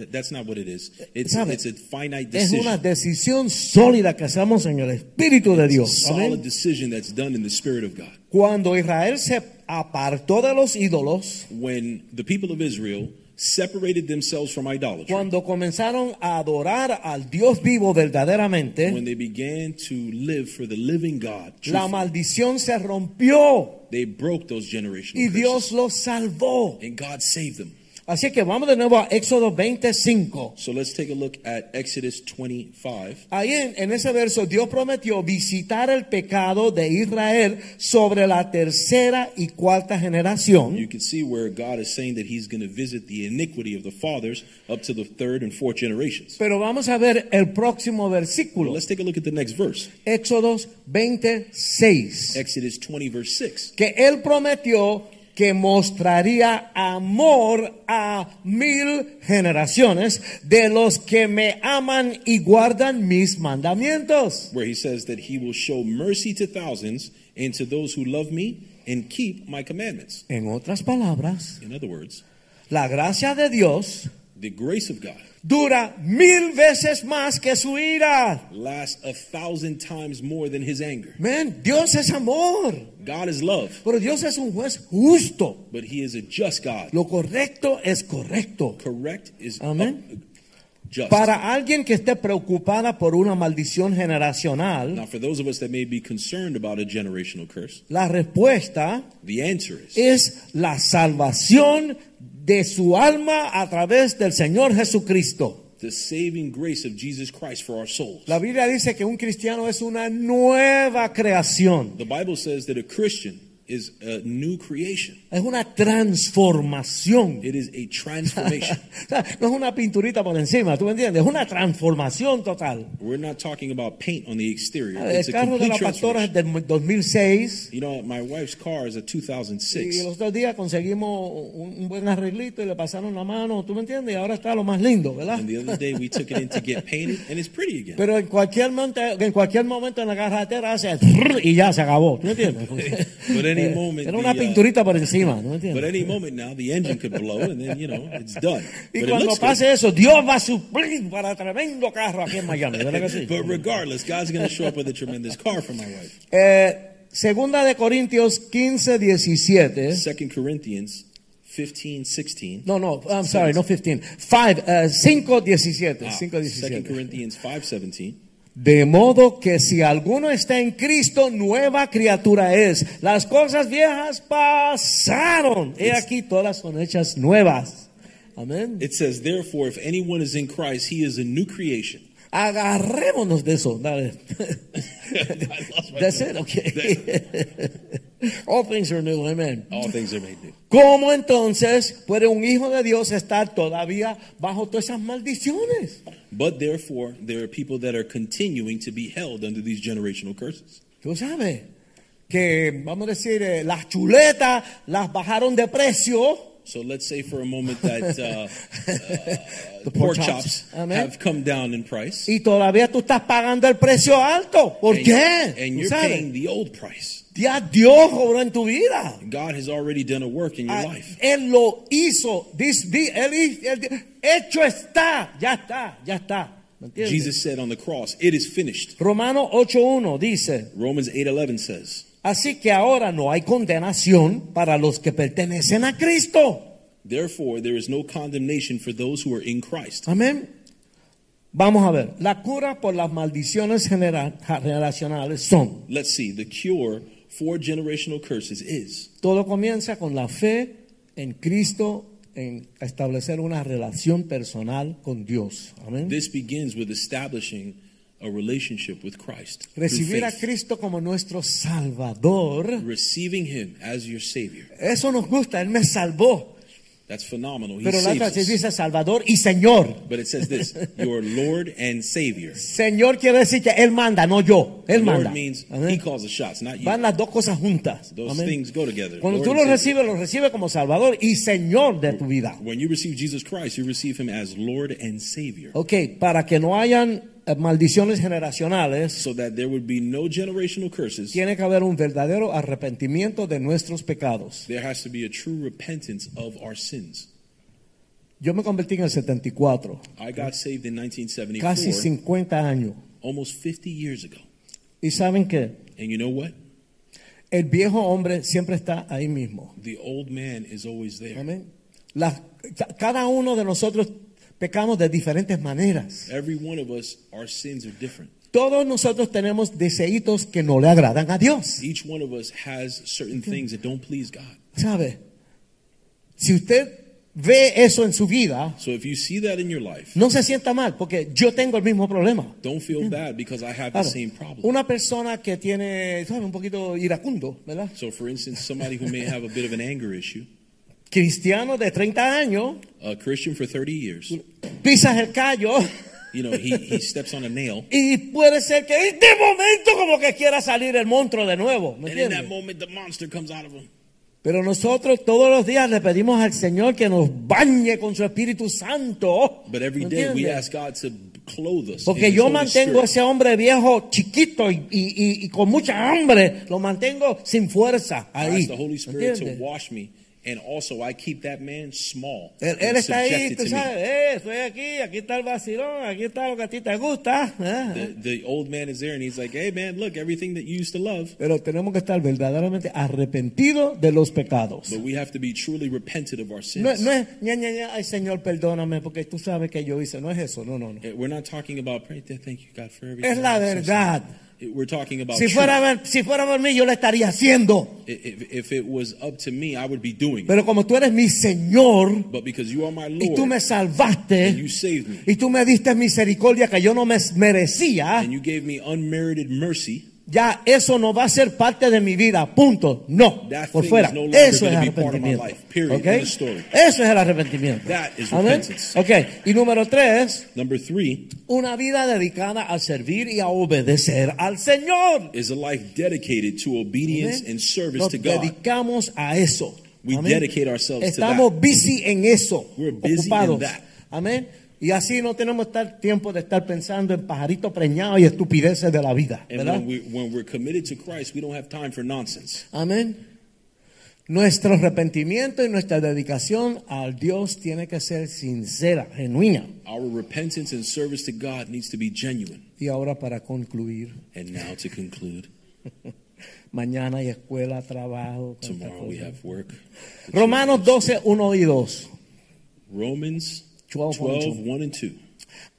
C: That's not what it is. It's,
B: ¿Sabe?
C: it's a finite
B: Es una
C: decision.
B: decisión sólida que hacemos en el Espíritu de Dios.
C: solid
B: Amén.
C: decision that's done in the Spirit of God.
B: Cuando Israel se apartó de los ídolos,
C: When the people of Israel separated themselves from idolatry,
B: cuando comenzaron a adorar al Dios vivo verdaderamente,
C: when they began to live for the living
B: la
C: God, truthfully,
B: maldición se rompió
C: they broke those generational
B: y
C: curses.
B: Dios los salvó.
C: And God saved them.
B: Así que vamos de nuevo a Éxodo 25.
C: So let's take a look at Exodus 25.
B: Ahí en, en ese verso Dios prometió visitar el pecado de Israel sobre la tercera y cuarta
C: You
B: generación.
C: can see where God is saying that He's going to visit the iniquity of the fathers up to the third and fourth generations.
B: Pero vamos a ver el próximo
C: Well,
B: versículo,
C: let's take a look at the next verse
B: Éxodos 26,
C: Exodus 20, verse 6.
B: que él prometió que mostraría amor a mil generaciones de los que me aman y guardan mis mandamientos.
C: where he says that he will show mercy to thousands and to those who love me and keep my commandments.
B: En otras palabras,
C: In other words,
B: la gracia de Dios
C: the grace of God
B: dura mil veces más que su ira.
C: lasts a thousand times more than his anger.
B: Men, Dios es amor,
C: God is love,
B: pero Dios es un juez justo.
C: but he is a just God.
B: Lo correcto es correcto.
C: Correct is
B: Amen.
C: up- just.
B: Para alguien que esté preocupada por una maldición generacional,
C: Now, for those of us that may be concerned about a generational curse,
B: la respuesta
C: the answer is
B: es la salvación de su alma a través del Señor Jesucristo.
C: the saving grace of Jesus Christ for our souls.
B: La Biblia dice que un cristiano es una nueva creación,
C: The Bible says that a Christian is a new creation.
B: es una transformación.
C: It is a
B: [laughs]
C: transformation.
B: O sea, [laughs] no es una pinturita por encima, ¿tú me entiendes? Es una transformación total.
C: We're not talking about paint on the exterior. It's
B: El
C: a
B: carro de
C: complete
B: la pastora es
C: transformation.
B: del 2006
C: You know, my wife's car is a
B: y
C: 2006.
B: los otros días conseguimos un, un buen arreglito y le pasaron la mano, ¿tú me entiendes? Y ahora está lo más lindo, ¿verdad?
C: And the other day we took it in to get painted, and it's pretty again.
B: Pero en cualquier, momento, en cualquier momento en la carretera hace y ya se acabó, ¿tú me
C: [laughs]
B: entiendes?
C: But any moment
B: eh, Era una
C: the, uh,
B: pinturita por encima, ¿tú me
C: But
B: entiendes?
C: any moment now, the engine could blow, and then, you know, it's done.
B: [laughs]
C: But
B: Y
C: it
B: cuando
C: looks
B: pase
C: good.
B: eso, Dios va a suplir para tremendo carro aquí en Miami, ¿verdad que sí?
C: [laughs] But regardless, God's going to show up [laughs] with a tremendous car for my wife.
B: Eh, segunda de Corintios 15, 17.
C: Second Corinthians 15, 16.
B: No, no, I'm sorry, no 15. 5, eh, 5, 17.
C: Ah,
B: 5,
C: 2
B: 17.
C: Corinthians 5, 17.
B: De modo que si alguno está en Cristo, nueva criatura es. Las cosas viejas pasaron. He aquí, todas son hechas nuevas. Amén.
C: It says, Therefore, if anyone is in Christ, he is a new creation.
B: Agarrémonos de eso. Dale. That's it, okay. All things are new, amen.
C: All things are made new.
B: ¿Cómo entonces puede un hijo de Dios estar todavía bajo todas esas maldiciones?
C: But therefore, there are people that are continuing to be held under these generational curses.
B: Tú sabes que, vamos a decir, eh, las chuletas las bajaron de precio.
C: So let's say for a moment that [laughs] uh,
B: The
C: pork chops
B: Amén.
C: have come down in price.
B: Y todavía tú estás pagando el precio alto. ¿Por
C: and,
B: qué?
C: and
B: Tú
C: you're
B: sabes,
C: paying the old price.
B: ya Dios obró en tu vida.
C: God has already done a work in your
B: Ah,
C: life.
B: él lo hizo. Dis- di- él hi- él- hecho está. Ya está, ya está. ¿Me entiendes?
C: Jesus said on the cross, "It is finished."
B: Romano 8.1 dice,
C: Romans 8:11 says,
B: así que ahora no hay condenación para los que pertenecen a Cristo.
C: "Therefore there is no condemnation for those who are in Christ."
B: Amén. Vamos a ver, la cura por las maldiciones genera- generacionales son,
C: Let's see. The cure for generational curses is
B: todo comienza con la fe en Cristo, en establecer una relación personal con Dios. Amén.
C: this begins with establishing a relationship with Christ. through
B: Recibir a
C: faith.
B: Cristo como nuestro Salvador,
C: Receiving Him as your Savior.
B: eso nos gusta, Él me salvó.
C: That's phenomenal. He
B: Pero la
C: saves
B: otra se
C: us.
B: dice Salvador y Señor.
C: But it says this your Lord and Savior.
B: Señor quiere decir que Él manda, no yo. Él manda.
C: Lord means He
B: Amén.
C: calls the shots, not you.
B: Van las dos cosas juntas.
C: Those
B: Amén.
C: things go together.
B: Cuando
C: Lord
B: tú
C: and
B: lo
C: Savior.
B: recibes, lo recibes como Salvador y Señor de tu vida.
C: When you receive Jesus Christ, you receive Him as Lord and Savior.
B: Ok, para que no hayan eh, maldiciones generacionales,
C: So that there would be no generational curses,
B: tiene que haber un verdadero arrepentimiento de nuestros pecados.
C: there has to be a true repentance of our sins.
B: Yo me convertí en el 74,
C: I got saved in
B: casi
C: 1974,
B: 50 años.
C: almost 50 years ago.
B: Y saben que
C: And you know what?
B: el viejo hombre siempre está ahí mismo.
C: The old man is always there.
B: Amén. Las- ca- cada uno de nosotros pecamos de diferentes maneras.
C: Every one of us, our sins are different.
B: Todos nosotros tenemos deseitos que no le agradan a Dios.
C: Each one of us has certain things that don't please God.
B: ¿Sabe? Si usted ve eso en su vida,
C: So if you see that in your life,
B: no se sienta mal, porque yo tengo el mismo problema.
C: don't feel bad because I have the
B: Claro,
C: same problem.
B: una persona que tiene, ¿sabe? Un poquito iracundo, ¿verdad?
C: So for instance, somebody who may have a bit of an anger issue,
B: Cristiano de 30 años,
C: a Christian for 30 years,
B: pisas el callo [laughs]
C: you know, he, he steps on a nail.
B: y puede ser que de momento como que quiera salir el monstruo de nuevo, ¿me
C: And in that
B: entiendes?
C: moment, the monster comes out of him.
B: Pero nosotros todos los días le pedimos al Señor que nos bañe con su Espíritu Santo.
C: But every
B: ¿Me
C: day we
B: entiendes?
C: ask God to clothe us. in
B: Porque
C: His
B: yo
C: Holy
B: mantengo a
C: Spirit.
B: ese hombre viejo chiquito y, y- y- y con mucha hambre, lo mantengo sin fuerza
C: I
B: ahí.
C: ask the Holy
B: ¿me
C: Spirit to
B: entiendes?
C: wash me, and also I keep that man small
B: Él, él
C: and
B: está ahí,
C: subjected
B: tú
C: to
B: sabes,
C: me.
B: eh, estoy aquí, aquí está el vacilón, aquí está lo que a ti te gusta. ¿eh?
C: The, the old man is there, and he's like, "Hey, man, look, everything that you used to love."
B: Pero tenemos que estar verdaderamente arrepentidos de los pecados.
C: But we have to be truly repented of our sins.
B: No, no es, ña, ña, ña, ay Señor, perdóname, porque tú sabes que yo hice, no es eso, no, no, no.
C: Eh, We're not talking about pray, th- thank you God for everything.
B: Es la
C: I'm so
B: verdad.
C: sorry." It- We're talking about
B: Si
C: truth.
B: fuera, ver- si fuera por mí, yo lo estaría haciendo.
C: I- if, if it was up to me, I would be doing it.
B: Pero como tú eres mi Señor
C: But because you are my
B: y tú me
C: Lord and
B: salvaste
C: you saved me
B: y tú me diste misericordia que yo no me merecía,
C: and you gave me unmerited mercy,
B: ya eso no va a ser parte de mi vida. Punto. No.
C: That
B: Por
C: thing
B: fuera.
C: is no longer
B: Eso es
C: gonna be part of my
B: arrepentimiento.
C: life, period,
B: ¿Ok?
C: end of story.
B: Eso es el arrepentimiento.
C: That is
B: Amén.
C: repentance.
B: Ok. Y número tres,
C: number three
B: una vida dedicada a servir y a obedecer al Señor.
C: is a life dedicated to obedience
B: Amén.
C: and service
B: Nos
C: to God.
B: dedicamos a eso.
C: We
B: Amén.
C: dedicate ourselves to
B: Estamos
C: that.
B: busy en eso.
C: We're busy in
B: ocupados.
C: that.
B: Amén. Y así no tenemos tal tiempo de estar pensando en pajaritos preñados y estupideces de la vida.
C: And
B: ¿verdad?
C: when, we, when we're committed to Christ, we don't have time for nonsense.
B: Amén. Nuestro arrepentimiento y nuestra dedicación al Dios tiene que ser sincera, genuina.
C: Our repentance and service to God needs to be genuine.
B: Y ahora para concluir,
C: And now to conclude,
B: mañana hay escuela, trabajo. tanta
C: tomorrow we
B: cosa.
C: have work.
B: Romanos 12, 1 y 2.
C: Romans
B: 12,
C: 12,
B: one and two.
C: 1 and 2.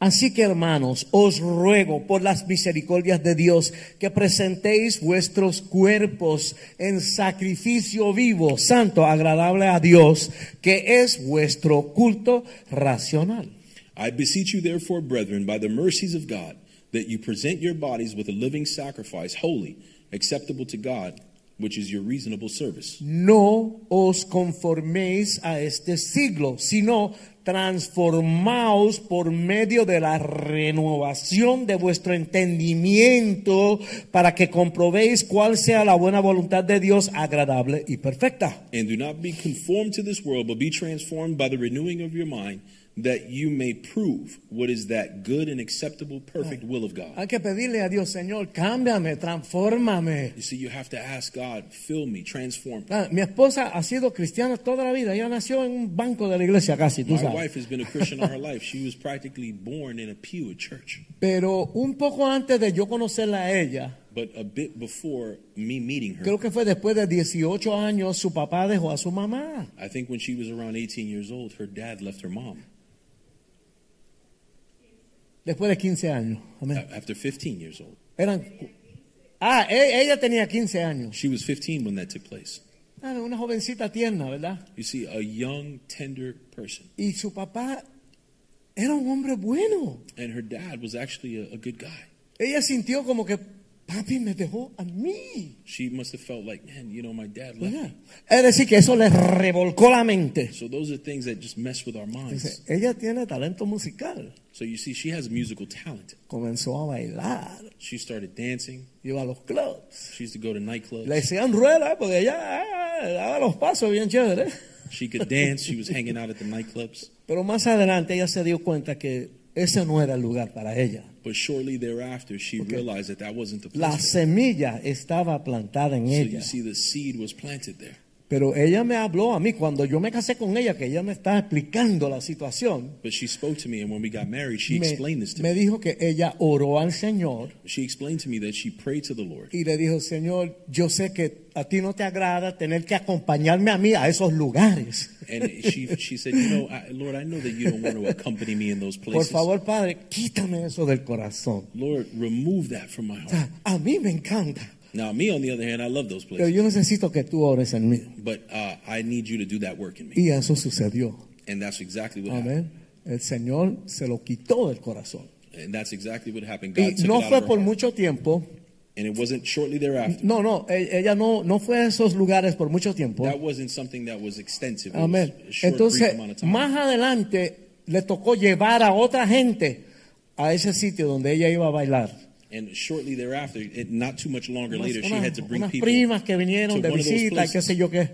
B: Así que hermanos, os ruego por las misericordias de Dios que presentéis vuestros cuerpos en sacrificio vivo, santo, agradable a Dios, que es vuestro culto racional.
C: I beseech you, therefore, brethren, by the mercies of God, that you present your bodies with a living sacrifice, holy, acceptable to God, which is your reasonable service.
B: No os conforméis a este siglo, sino transformaos por medio de la renovación de vuestro entendimiento para que comprobéis cuál sea la buena voluntad de Dios agradable y perfecta.
C: And do not be conformed to this world, but be transformed by the renewing of your mind, that you may prove what is that good and acceptable, perfect will of God.
B: Hay que pedirle a Dios, Señor, cámbiame, transfórmame.
C: You see, you have to ask God, fill me, transform me.
B: Ah, Mi esposa ha sido cristiana toda la vida. Ella nació en un banco de la iglesia casi, tú
C: My
B: sabes.
C: wife has been a Christian all her life. She was practically born in a pew at church.
B: Pero un poco antes de yo conocerla a ella,
C: But a bit before me meeting her,
B: creo que fue después de 18 años, su papá dejó a su mamá.
C: I think when she was around 18 years old, her dad left her mom
B: Después de 15 años. Amén.
C: a- uh, after 15 years old.
B: Eran. cu- Ah, e- ella tenía 15 años.
C: She was 15 when that took place.
B: Ah, Una jovencita tierna, ¿verdad?
C: You see, a young, tender person.
B: Y su papá era un hombre bueno.
C: And her dad was actually a, a good guy.
B: Ella sintió como que papi me dejó a mí.
C: She must have felt like, man, you know, my dad left.
B: ¿verdad? Es decir, que eso le revolcó la mente.
C: So those are things that just mess with our minds.
B: Dice, ella tiene talento musical.
C: So you see, she has musical talent.
B: Comenzó a bailar,
C: She started dancing.
B: iba a los clubs.
C: She used to go to nightclubs.
B: Le hacían ruedas porque ella ah, daba los pasos bien chévere.
C: She
B: [laughs]
C: could dance. She was hanging out at the nightclubs.
B: Pero más adelante ella se dio cuenta que ese no era el lugar para ella.
C: But shortly thereafter, she realized that that wasn't the
B: La
C: place. for her.
B: semilla estaba plantada en
C: So you
B: ella.
C: see, the seed was planted there.
B: Pero ella me habló a mí cuando yo me casé con ella, que ella me estaba explicando la situación.
C: But she spoke to me, and when we got married, she
B: Me,
C: explained this to
B: me
C: me.
B: dijo que ella oró al Señor
C: She explained to me that she prayed to the Lord.
B: y le dijo, Señor, yo sé que a ti no te agrada tener que acompañarme a mí a esos lugares.
C: And she, she said, You know, I, Lord, I know that you don't want to accompany me in those
B: Por
C: places.
B: favor, Padre, quítame eso del corazón.
C: Lord, remove that from my
B: O
C: heart.
B: sea, a mí me encanta,
C: Now, me, on the other hand, I love those
B: pero
C: places.
B: yo necesito que tú ores en mí.
C: But uh, I need you to do that work in me.
B: Y eso sucedió.
C: And that's exactly what happened.
B: Amén. El Señor se lo quitó del corazón.
C: And that's exactly what happened. God
B: Y
C: took
B: no
C: it out
B: fue
C: of her
B: por
C: heart.
B: mucho tiempo.
C: And it wasn't shortly thereafter.
B: No, no, e- ella no, no fue a esos lugares por mucho tiempo.
C: That wasn't something that was extensive. It was
B: Amén.
C: a short, brief
B: Mm-hmm. Entonces,
C: amount of time.
B: más adelante le tocó llevar a otra gente a ese sitio donde ella iba a bailar.
C: And shortly thereafter, it, not too much longer
B: Unas,
C: later, she had to bring
B: unas
C: people
B: primas que
C: to
B: vinieron de
C: one of those
B: visita, qué
C: places.
B: sé yo qué.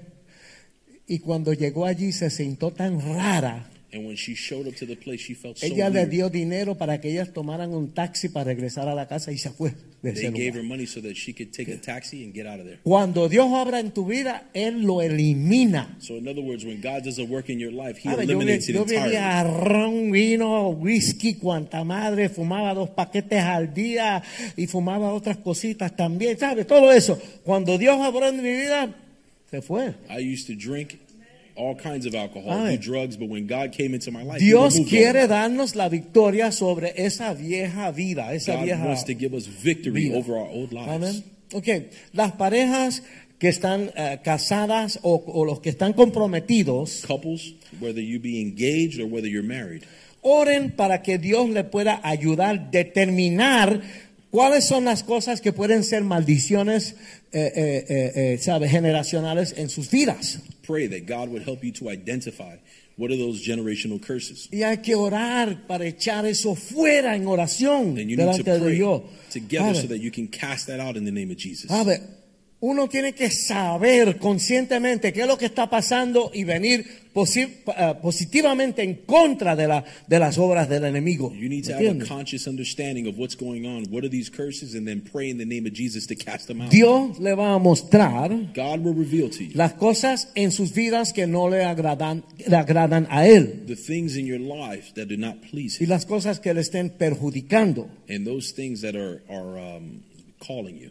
B: Y cuando llegó allí se sintió tan rara.
C: And when she showed up to the place, she felt so
B: Ella le
C: weird.
B: dio dinero para que ellas tomaran un taxi para regresar a la casa y se fue de ese
C: They gave
B: lugar.
C: her money so that she could take a taxi and get out of there.
B: Cuando Dios obra en tu vida, Él lo elimina.
C: So, in other words, when God does a work in your life, He
B: Sabe, Yo, vi-
C: eliminates
B: yo
C: it entirely.
B: bebía ron, vino, whisky, cuanta madre, fumaba dos paquetes al día y fumaba otras cositas también, ¿sabes? Todo eso. Cuando Dios obró en mi vida, se fue.
C: I used to drink all kinds of alcohol,
B: Sabe.
C: do drugs, but when God came into my life, He
B: Dios
C: removed all
B: quiere
C: that.
B: darnos la victoria sobre esa vieja vida, esa
C: God
B: vieja
C: wants to give us victory
B: vida.
C: over our old lives.
B: Amén. Ok, las parejas que están eh, casadas o, o los que están comprometidos,
C: Couples, whether you be engaged or whether you're married,
B: oren para que Dios le pueda ayudar a determinar cuáles son las cosas que pueden ser maldiciones, eh, eh, eh, eh, sabe, generacionales en sus vidas.
C: pray that God would help you to identify what are those generational curses.
B: Y hay que orar para echar eso fuera en oración
C: And you need
B: delante
C: to
B: de
C: pray
B: Dios. Sabe,
C: together so that you can cast that out in the name of Jesus.
B: sabe, uno tiene que saber conscientemente qué es lo que está pasando y venir posi- eh, positivamente en contra de, la, de las obras del enemigo.
C: You need to
B: ¿Me
C: have a
B: entiendes?
C: conscious understanding of what's going on. What are these curses? And then pray in the name of Jesus to cast them out.
B: Dios le va a mostrar
C: God will reveal to you
B: las cosas en sus vidas que no le agradan, le agradan a él
C: the things in your life that do not please
B: y
C: Him
B: las cosas que le estén perjudicando.
C: and those things that are, are um, calling you.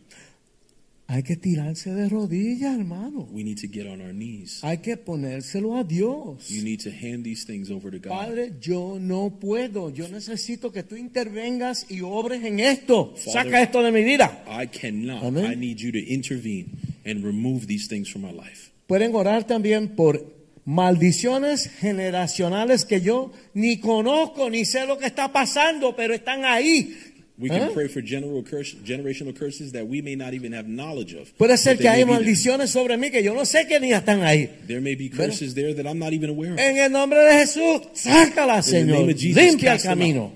B: Hay que tirarse de rodillas, hermano.
C: We need to get on our knees.
B: Hay que ponérselo a Dios.
C: You need to hand these things over to God.
B: Padre, yo no puedo. Yo necesito que tú intervengas y obres en esto.
C: Father-
B: Saca esto de mi vida.
C: I cannot.
B: Amen.
C: I need you to intervene and remove these things from my life.
B: Pueden orar también por maldiciones generacionales que yo ni conozco ni sé lo que está pasando, pero están ahí.
C: We can
B: ¿Eh?
C: pray for general curse, generational curses that we may not even have knowledge of.
B: Puede ser
C: but
B: que
C: they
B: hay
C: may be there.
B: maldiciones sobre mí que yo no sé que ni están ahí.
C: There may be
B: ¿Verdad?
C: curses there that I'm not even aware of.
B: En el nombre de Jesús, sácala,
C: In the
B: Eh, Señor.
C: name of Jesus,
B: Limpia el
C: cast them
B: camino.
C: out.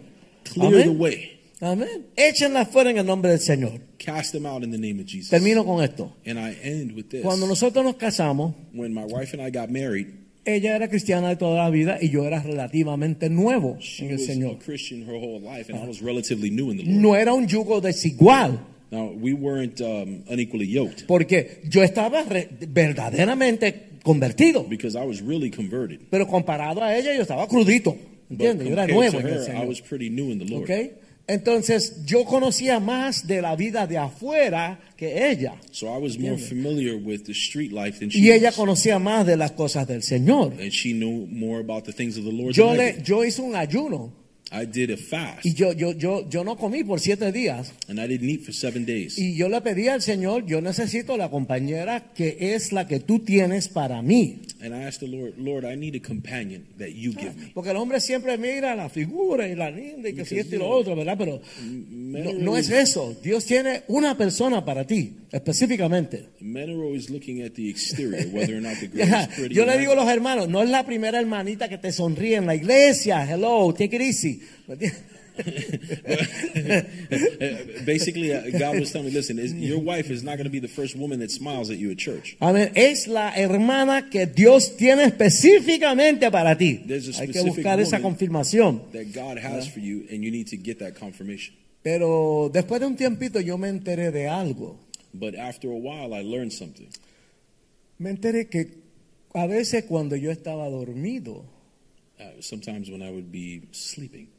C: Clear the
B: Amén.
C: way.
B: Amén. Échenla fuera en el nombre del Señor.
C: Cast them out in the name of Jesus.
B: Termino con esto.
C: And I end with this.
B: Cuando nosotros nos casamos,
C: When my wife and I got married,
B: ella era cristiana de toda la vida y yo era relativamente nuevo
C: she
B: en el
C: was
B: Señor.
C: a Christian her whole life, and I was relatively new in the Lord.
B: Uh-huh. No era un yugo desigual,
C: Now, we weren't um, unequally yoked
B: porque yo estaba re- verdaderamente convertido,
C: because I was really converted.
B: pero comparado a ella yo estaba crudito,
C: But
B: ¿entiendes? Yo era
C: compared
B: nuevo
C: to
B: en el
C: her, I
B: Señor.
C: was pretty new in the Lord.
B: ¿Ok? Entonces yo conocía más de la vida de afuera que ella.
C: So I was more familiar with the street life than she
B: Y ella
C: was.
B: conocía más de las cosas del Señor.
C: And she knew more about the things of the Lord
B: Yo,
C: than I
B: le,
C: did.
B: yo hice un ayuno
C: I did a fast,
B: Y yo, yo, yo, yo no comí por siete días.
C: and I didn't eat for seven days.
B: Y yo le pedí al Señor, yo necesito la compañera que es la que tú tienes para mí.
C: And I asked the Lord, Lord, I need a companion that you give me.
B: Porque el hombre siempre mira la figura y la linda y que si
C: Because
B: esto y
C: you
B: lo
C: know,
B: otro, ¿verdad? Pero
C: men
B: no,
C: are
B: no es
C: really-
B: eso. Dios tiene una persona para ti, específicamente.
C: Men are always looking at
B: [laughs]
C: the exterior, whether or not the girl
B: Ya,
C: is pretty.
B: Yo
C: or
B: le
C: not.
B: digo a los hermanos, no es la primera hermanita que te sonríe en la iglesia. Hello, take it easy. ¿Me entiendes?
C: [laughs] Basically, uh, God was telling me, listen, is, your wife is not going to be the first woman that smiles at you at church.
B: Amén. Es la hermana que Dios tiene específicamente para ti.
C: There's a
B: Hay que
C: specific
B: buscar esa
C: woman.
B: confirmación.
C: That God has for you, and you need to get that confirmation.
B: Pero después de un tiempito yo me enteré de algo.
C: But after a while, I learned something.
B: Me enteré que a veces cuando yo estaba dormido,
C: Uh, sometimes when I would be sleeping,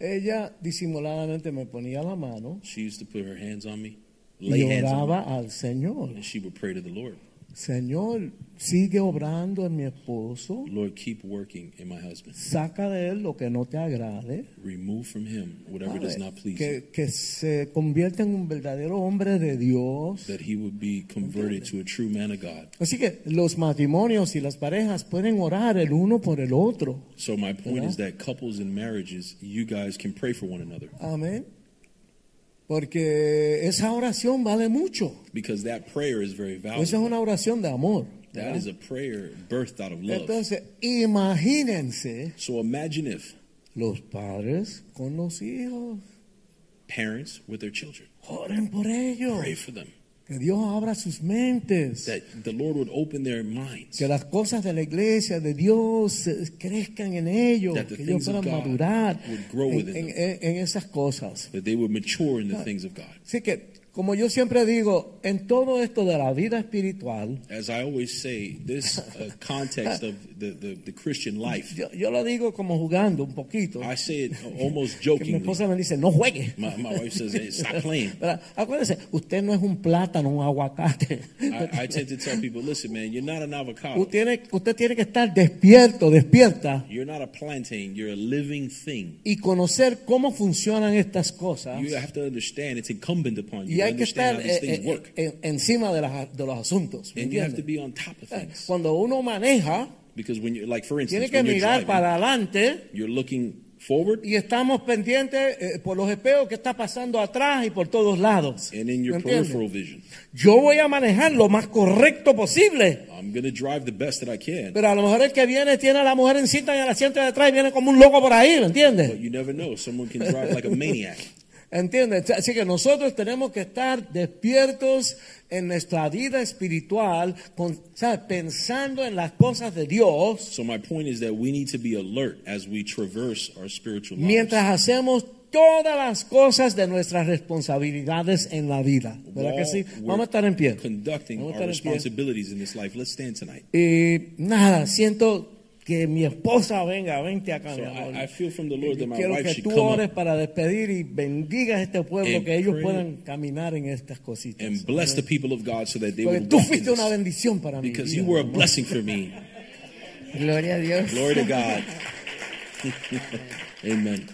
B: ella disimuladamente me ponía la mano
C: she used to put her hands on me, lay
B: y
C: hands on me,
B: oraba al Señor.
C: and she would pray to the Lord,
B: Señor, sigue obrando en mi esposo.
C: Lord, keep working in my husband.
B: Saca de él lo que no te agrade.
C: Remove from him whatever does not please you.
B: Que, que se convierta en un verdadero hombre de Dios.
C: That he would be converted to a true man of God.
B: Así que los matrimonios y las parejas pueden orar el uno por el otro.
C: So my point
B: Yeah.
C: is that couples and marriages, you guys can pray for one another
B: Amén. Porque esa oración vale mucho.
C: because that prayer is very
B: Esa es
C: valuable.
B: una oración de amor.
C: Ah, That
B: ¿verdad?
C: is a prayer birthed out of love.
B: Entonces, imagínense
C: So imagine if
B: los padres con los hijos.
C: parents with their children
B: Oren por ellos.
C: pray for them,
B: Que Dios abra sus mentes.
C: that the Lord would open their minds,
B: que las cosas de la iglesia, de Dios, eh, crezcan en ellos.
C: That the
B: Que ellos
C: things of
B: puedan
C: God
B: madurar
C: would grow
B: en,
C: within
B: en-
C: them.
B: en- en esas cosas.
C: that they would mature in the things of God.
B: Así que, como yo siempre digo, en todo esto de la vida espiritual,
C: As I always say,
B: [laughs]
C: this uh, context of the, the, the Christian life,
B: yo, yo lo digo como jugando un poquito.
C: I say it almost
B: Que mi
C: jokingly.
B: esposa me dice, no juegue.
C: My, my wife says, hey, stop playing.
B: ¿Verdad? Acuérdese, usted no es un plátano, un aguacate.
C: I, I tend to tell people, listen, man, you're not an
B: [laughs]
C: avocado.
B: usted, tiene, usted tiene que estar despierto, despierta
C: You're not a plantain, you're a living thing.
B: y conocer cómo funcionan estas cosas.
C: You have to understand it's incumbent upon you
B: Y
C: to
B: hay que estar
C: understand how these
B: eh,
C: things work.
B: eh, en- encima de, las- de los asuntos. ¿me
C: And you have to
B: entiende?
C: be on top of things.
B: Cuando uno maneja,
C: Because when you're, like, for
B: tiene
C: instance,
B: que
C: when you're
B: mirar
C: driving,
B: para adelante
C: you're looking forward,
B: y estamos pendientes eh, por los espejos que está pasando atrás y por todos lados.
C: and in
B: ¿me
C: your
B: entiende?
C: peripheral vision.
B: Yo voy a manejar lo más correcto posible.
C: I'm going to drive the best that I can.
B: Pero a lo mejor el que viene tiene a la mujer en cinta en el asiento de atrás y viene como un loco por ahí, ¿me
C: But
B: entiendes?
C: you never know. Someone can
B: [laughs]
C: drive like a maniac.
B: ¿Entiendes? Así que nosotros tenemos que estar despiertos en nuestra vida espiritual, con- ¿sabes? pensando en las cosas de Dios,
C: So my point is that we need to be alert as we traverse our spiritual lives.
B: mientras hacemos todas las cosas de nuestras responsabilidades en la vida. ¿Verdad que
C: While
B: sí?
C: we're
B: Vamos a estar en pie.
C: Conducting
B: Vamos a estar en
C: our
B: pie.
C: responsibilities in this life. Let's stand tonight.
B: Y nada, siento que mi esposa venga, vente acá,
C: So
B: Ah, mi amor.
C: I, I feel from the Lord that my
B: Quiero
C: wife
B: que
C: should
B: tú
C: come
B: ores
C: up
B: para despedir y bendigas este pueblo,
C: And
B: que ellos
C: pray.
B: puedan caminar en estas cositas.
C: and bless the people of God so that they
B: Porque
C: will
B: tú
C: walk in
B: fuiste una
C: this.
B: bendición para mí.
C: Because you were a blessing
B: [laughs]
C: for me.
D: Gloria a Dios.
C: Glory to God. [laughs] Amen.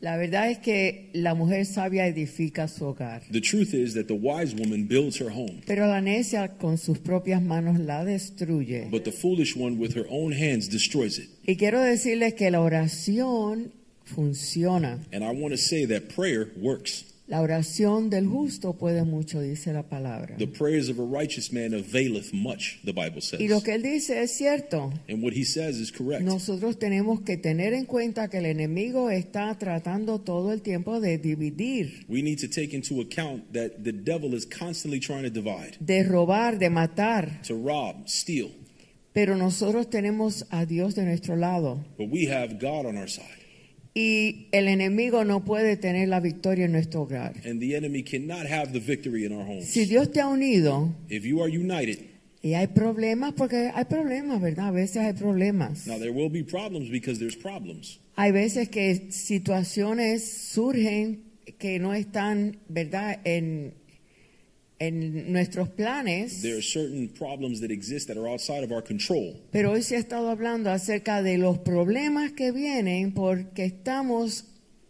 D: La verdad es que la mujer sabia edifica su hogar,
C: The truth is that the wise woman builds her home,
D: pero la necia con sus propias manos la destruye.
C: but the foolish one with her own hands destroys it.
D: Y quiero decirles que la oración funciona.
C: And I want to say that prayer works.
D: La oración del justo puede mucho, dice la palabra.
C: The prayers of a righteous man availeth much, the Bible says.
D: Y lo que él dice es cierto.
C: And what he says is correct.
D: Nosotros tenemos que tener en cuenta que el enemigo está tratando todo el tiempo de dividir,
C: We need to take into account that the devil is constantly trying to divide,
D: de robar, de matar.
C: to rob, steal.
D: Pero nosotros tenemos a Dios de nuestro lado.
C: But we have God on our side.
D: Y el enemigo no puede tener la victoria en nuestro hogar.
C: And the enemy cannot have the victory in our homes.
D: Si Dios te ha unido
C: If you are united,
D: y hay problemas, porque hay problemas, ¿verdad? A veces hay problemas.
C: now there will be problems because there's problems.
D: Hay veces que situaciones surgen que no están, ¿verdad? En, en nuestros planes,
C: There are certain problems that exist that are outside of our control.
D: pero hoy se ha estado hablando acerca de los problemas que vienen porque estamos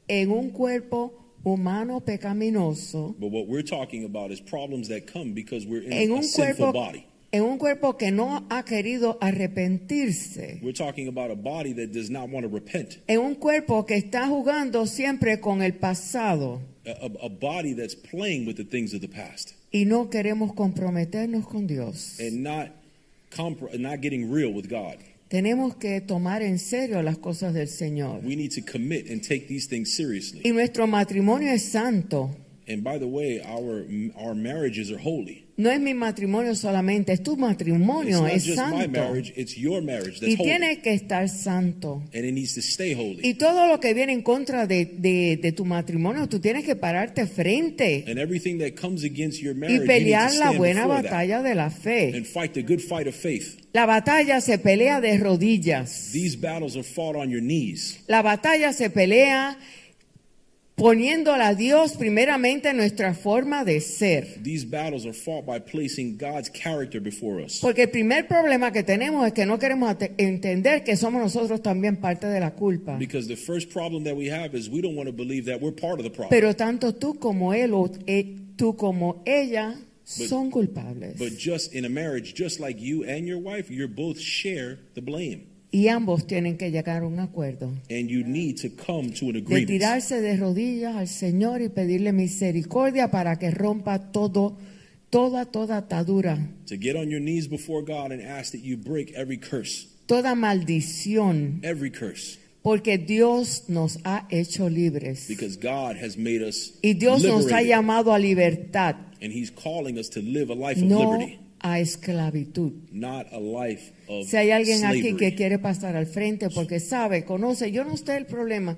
D: en un cuerpo humano pecaminoso,
C: But what we're talking about is problems that come because we're in
D: en
C: a
D: un
C: sinful
D: cuerpo
C: body.
D: en un cuerpo que no ha querido arrepentirse,
C: We're talking about a body that does not want to repent,
D: en un cuerpo que está jugando siempre con el pasado
C: a, a- a body that's playing with the things of the past
D: y no queremos comprometernos con Dios.
C: and not compr- not getting real with God.
D: Tenemos que tomar en serio las cosas del Señor.
C: We need to commit and take these things seriously.
D: Y nuestro matrimonio es santo.
C: And by the way, our our marriages are holy.
D: No es mi matrimonio solamente, es tu
C: It's
D: matrimonio,
C: not
D: es
C: just my
D: santo.
C: marriage; it's your marriage that's
D: Y
C: holy,
D: tiene que estar santo.
C: and it needs to stay holy.
D: Y todo lo que viene en contra de, de- de tu matrimonio, tú tienes que pararte frente
C: and everything that comes against your
D: y
C: marriage, you need to
D: pelear la
C: stand
D: buena
C: before that
D: batalla de la fe.
C: and fight the good fight of faith.
D: La batalla se pelea de rodillas.
C: These battles are fought on your knees.
D: La batalla se pelea poniéndola a Dios primeramente en nuestra forma de ser.
C: These battles are fought by placing God's character before us.
D: Porque el primer problema que tenemos es que no queremos ate- entender que somos nosotros también parte de la culpa.
C: Because the first problem that we have is we don't want to believe that we're part of the problem.
D: Pero tanto tú como él o eh, tú como ella son culpables.
C: but just in a marriage, just like you and your wife, you both share the blame.
D: y ambos tienen que llegar a un acuerdo.
C: And you need to come to an
D: De
C: agreement.
D: tirarse de rodillas al Señor y pedirle misericordia para que rompa todo, toda, toda atadura,
C: To get on your knees before God and ask that you break every curse.
D: toda maldición.
C: Every curse.
D: Porque Dios nos ha hecho libres.
C: Because God has made us
D: Y Dios nos ha
C: liberated,
D: llamado a libertad.
C: And He's calling us to live a life of
D: no
C: liberty,
D: a esclavitud.
C: not a life of
D: Si hay alguien
C: slavery.
D: aquí que quiere pasar al frente porque sabe, conoce, yo no sé el problema,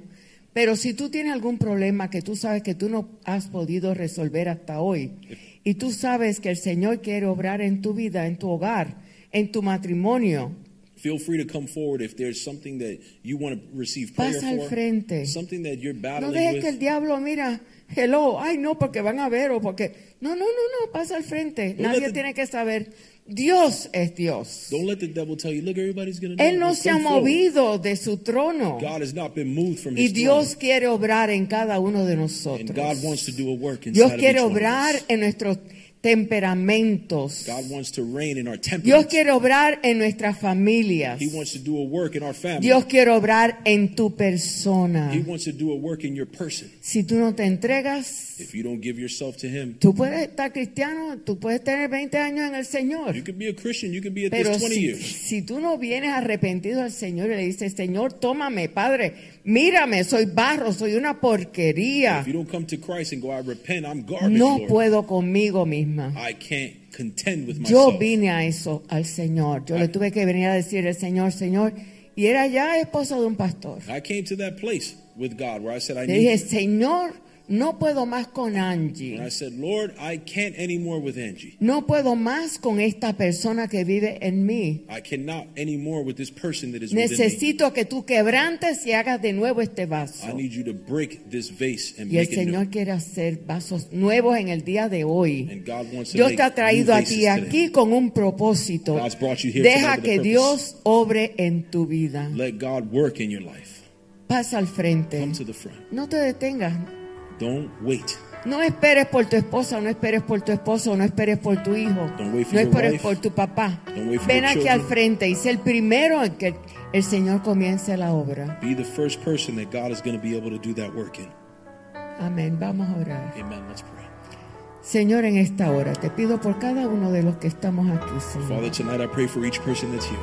D: pero si tú tienes algún problema que tú sabes que tú no has podido resolver hasta hoy y tú sabes que el Señor quiere obrar en tu vida, en tu hogar, en tu matrimonio,
C: Feel free to come forward if there's something that you want to receive prayer
D: Pasa al
C: for.
D: frente.
C: Something that you're
D: no
C: battling
D: dejes
C: with.
D: que el diablo, mira, hello, ay no, porque van a ver o porque... No, no, no, no, pasa al frente.
C: No
D: Nadie
C: let the-
D: tiene que saber. Dios es Dios.
C: Don't let the devil tell you, look, everybody's going to know.
D: Él no
C: Just
D: se ha
C: come forward.
D: movido de su trono.
C: God has not been moved from
D: Y
C: his
D: Dios
C: throne.
D: quiere obrar en cada uno de
C: And God wants
D: nosotros.
C: to do a work inside
D: Dios
C: of
D: quiere
C: each one of
D: obrar
C: us.
D: en nuestros temperamentos.
C: God wants to reign in our
D: Dios
C: temperament.
D: quiere obrar en nuestras familias.
C: He wants to do a work in our family.
D: Dios quiere obrar en tu persona.
C: He wants to do a work in your person.
D: Si tú no te entregas,
C: If you don't give yourself to him,
D: tú puedes estar cristiano, tú puedes tener 20 años en el Señor.
C: you could be a Christian, you could be at
D: Pero
C: this 20
D: si,
C: years.
D: si tú no vienes arrepentido al Señor y le dices, Señor, tómame, Padre, mírame, soy barro, soy una porquería.
C: If you don't come to Christ and go, I repent, I'm garbage,
D: No
C: Lord.
D: puedo conmigo misma.
C: I can't contend with myself.
D: Yo vine a eso, al Señor. Yo le
C: Ay.
D: tuve que venir a decir al Señor, Señor. Y era ya esposa de un pastor.
C: I came to that place with God where I said, I
D: Le
C: need you.
D: dije, Señor, no puedo más
C: And
D: con
C: I
D: Angie.
C: said, Lord, I can't anymore with Angie.
D: No puedo más con esta persona que vive en mí.
C: I cannot anymore with this person that is within me.
D: Necesito que tú quebrantes y hagas de nuevo este vaso.
C: I need you to break this vase and
D: Y el
C: make it
D: Señor
C: new.
D: quiere hacer vasos nuevos en el día de hoy.
C: And God wants to
D: Dios
C: make
D: te ha
C: new
D: traído a ti
C: vases today.
D: aquí con un propósito.
C: God's brought you here tonight
D: Deja
C: with a
D: que
C: purpose.
D: Dios obre en tu vida.
C: Let God work in your life.
D: Pasa al frente.
C: Come to the front.
D: No te detengas.
C: Don't wait.
D: No esperes por tu esposa, no esperes por tu esposo, no esperes por tu hijo,
C: Don't wait for
D: no
C: your
D: esperes
C: wife.
D: por tu papá.
C: Don't wait for
D: Ven
C: your
D: aquí
C: children.
D: al frente y sé el primero en que el Señor comience la obra.
C: Be the first person that God is going to be able to do that work in.
D: Amén. Vamos a orar.
C: Amen. Let's pray.
D: Señor, en esta hora te pido por cada uno de los que estamos aquí,
C: Father,
D: Señor.
C: tonight I pray for each person that's here.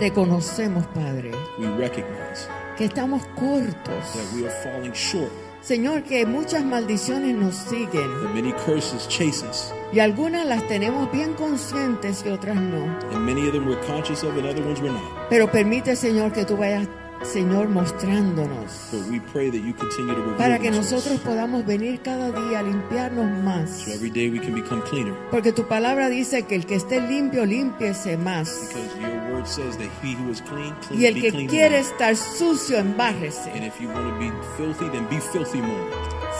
D: Reconocemos, Padre,
C: We recognize
D: que estamos
C: that
D: cortos.
C: we are falling short.
D: Señor, que muchas maldiciones nos siguen
C: That many curses chase us,
D: y algunas las tenemos bien conscientes y otras no.
C: and many of them we're conscious of, and other ones we're not.
D: Pero permite, Señor, que tú vayas Señor, mostrándonos
C: But we pray that you continue to reveal
D: para que
C: them to us.
D: nosotros podamos venir cada día a limpiarnos más.
C: So every day we can become cleaner.
D: Porque tu palabra dice que el que esté limpio, limpiese más.
C: Because your word says that he who is clean, clean,
D: Y el
C: be
D: que
C: clean
D: quiere
C: more.
D: estar sucio, embárrese.
C: And if you want to be filthy, then be filthy more.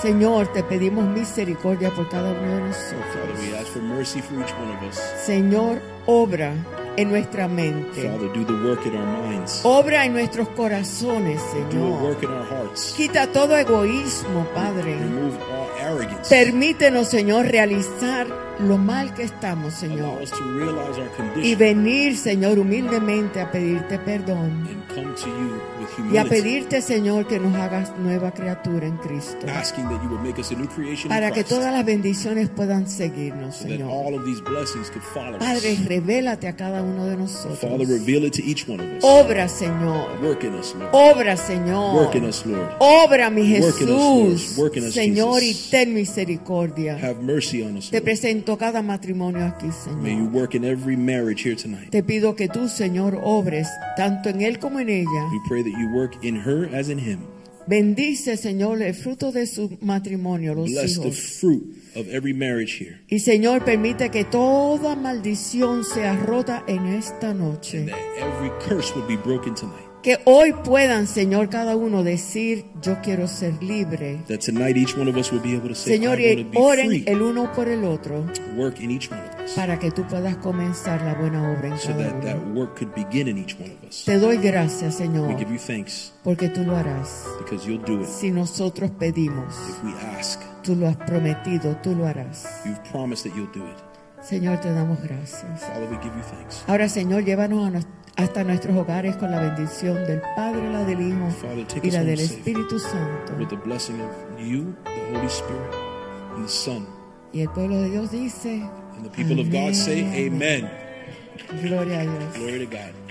D: Señor, te pedimos misericordia por cada uno de
C: Father, we
D: nosotros.
C: ask for mercy for each one of us.
D: Señor, obra en nuestra mente.
C: Father, do the work in our minds.
D: Obra en nuestros corazones,
C: Do the
D: Señor.
C: work in our hearts.
D: Quita todo egoísmo, Padre.
C: Remove all arrogance.
D: Permítenos, Señor, realizar lo mal que estamos,
C: Allow
D: Señor.
C: us to realize our
D: Y
C: condition
D: venir, Señor, humildemente a pedirte perdón.
C: and come to you with
D: Y a
C: humility,
D: pedirte, Señor, que nos hagas nueva criatura en Cristo.
C: asking that you would make us a new creation in
D: Para que
C: Christ,
D: todas las bendiciones puedan seguirnos,
C: so that
D: Señor.
C: all of these blessings could follow
D: Padre,
C: us.
D: revélate a cada uno de
C: Father,
D: nosotros.
C: reveal it to each one of us.
D: Obra, Señor.
C: Work in us, Lord.
D: Obra, Señor.
C: Work in us, Lord.
D: Obra, mi
C: Work in us, Lord.
D: Jesús.
C: Work in us,
D: Señor, y
C: Jesus.
D: ten misericordia.
C: Have mercy on us,
D: Te
C: Lord.
D: presento cada matrimonio aquí,
C: May you
D: Señor.
C: work in every marriage here tonight.
D: Te pido que tú, Señor, obres tanto en él como en ella.
C: We pray that you work in her as in him.
D: Bendice, Señor, el fruto de su matrimonio, los
C: Bless the
D: hijos.
C: fruit of every marriage here.
D: Y Señor, permite que toda maldición sea rota en esta noche.
C: That every curse would be broken tonight.
D: Que hoy puedan, Señor, cada uno decir, yo quiero ser libre.
C: That tonight each one of us will be able to say,
D: Señor,
C: I
D: y
C: want to be
D: oren
C: free.
D: el uno por el otro
C: Work in each one of us.
D: para que tú puedas comenzar la buena obra en
C: So
D: cada
C: that that
D: uno.
C: work could begin in each one of us.
D: Te doy gracias,
C: We
D: Señor,
C: give you thanks
D: porque tú lo harás.
C: because you'll do it.
D: Si nosotros pedimos,
C: If we ask,
D: tú lo has prometido, tú lo harás.
C: you've promised that you'll do it.
D: Señor, te damos gracias.
C: Father, we give you thanks.
D: Ahora, Señor, llévanos a nos- hasta nuestros hogares con la bendición del Padre, la del Hijo
C: Father, take
D: y
C: us
D: la
C: home
D: del
C: safe.
D: Espíritu Santo.
C: With the blessing of you, the Holy Spirit, and the Son.
D: Y el pueblo de Dios dice,
C: And the people of God say, Amen.
D: gloria a Dios.
C: Glory to God.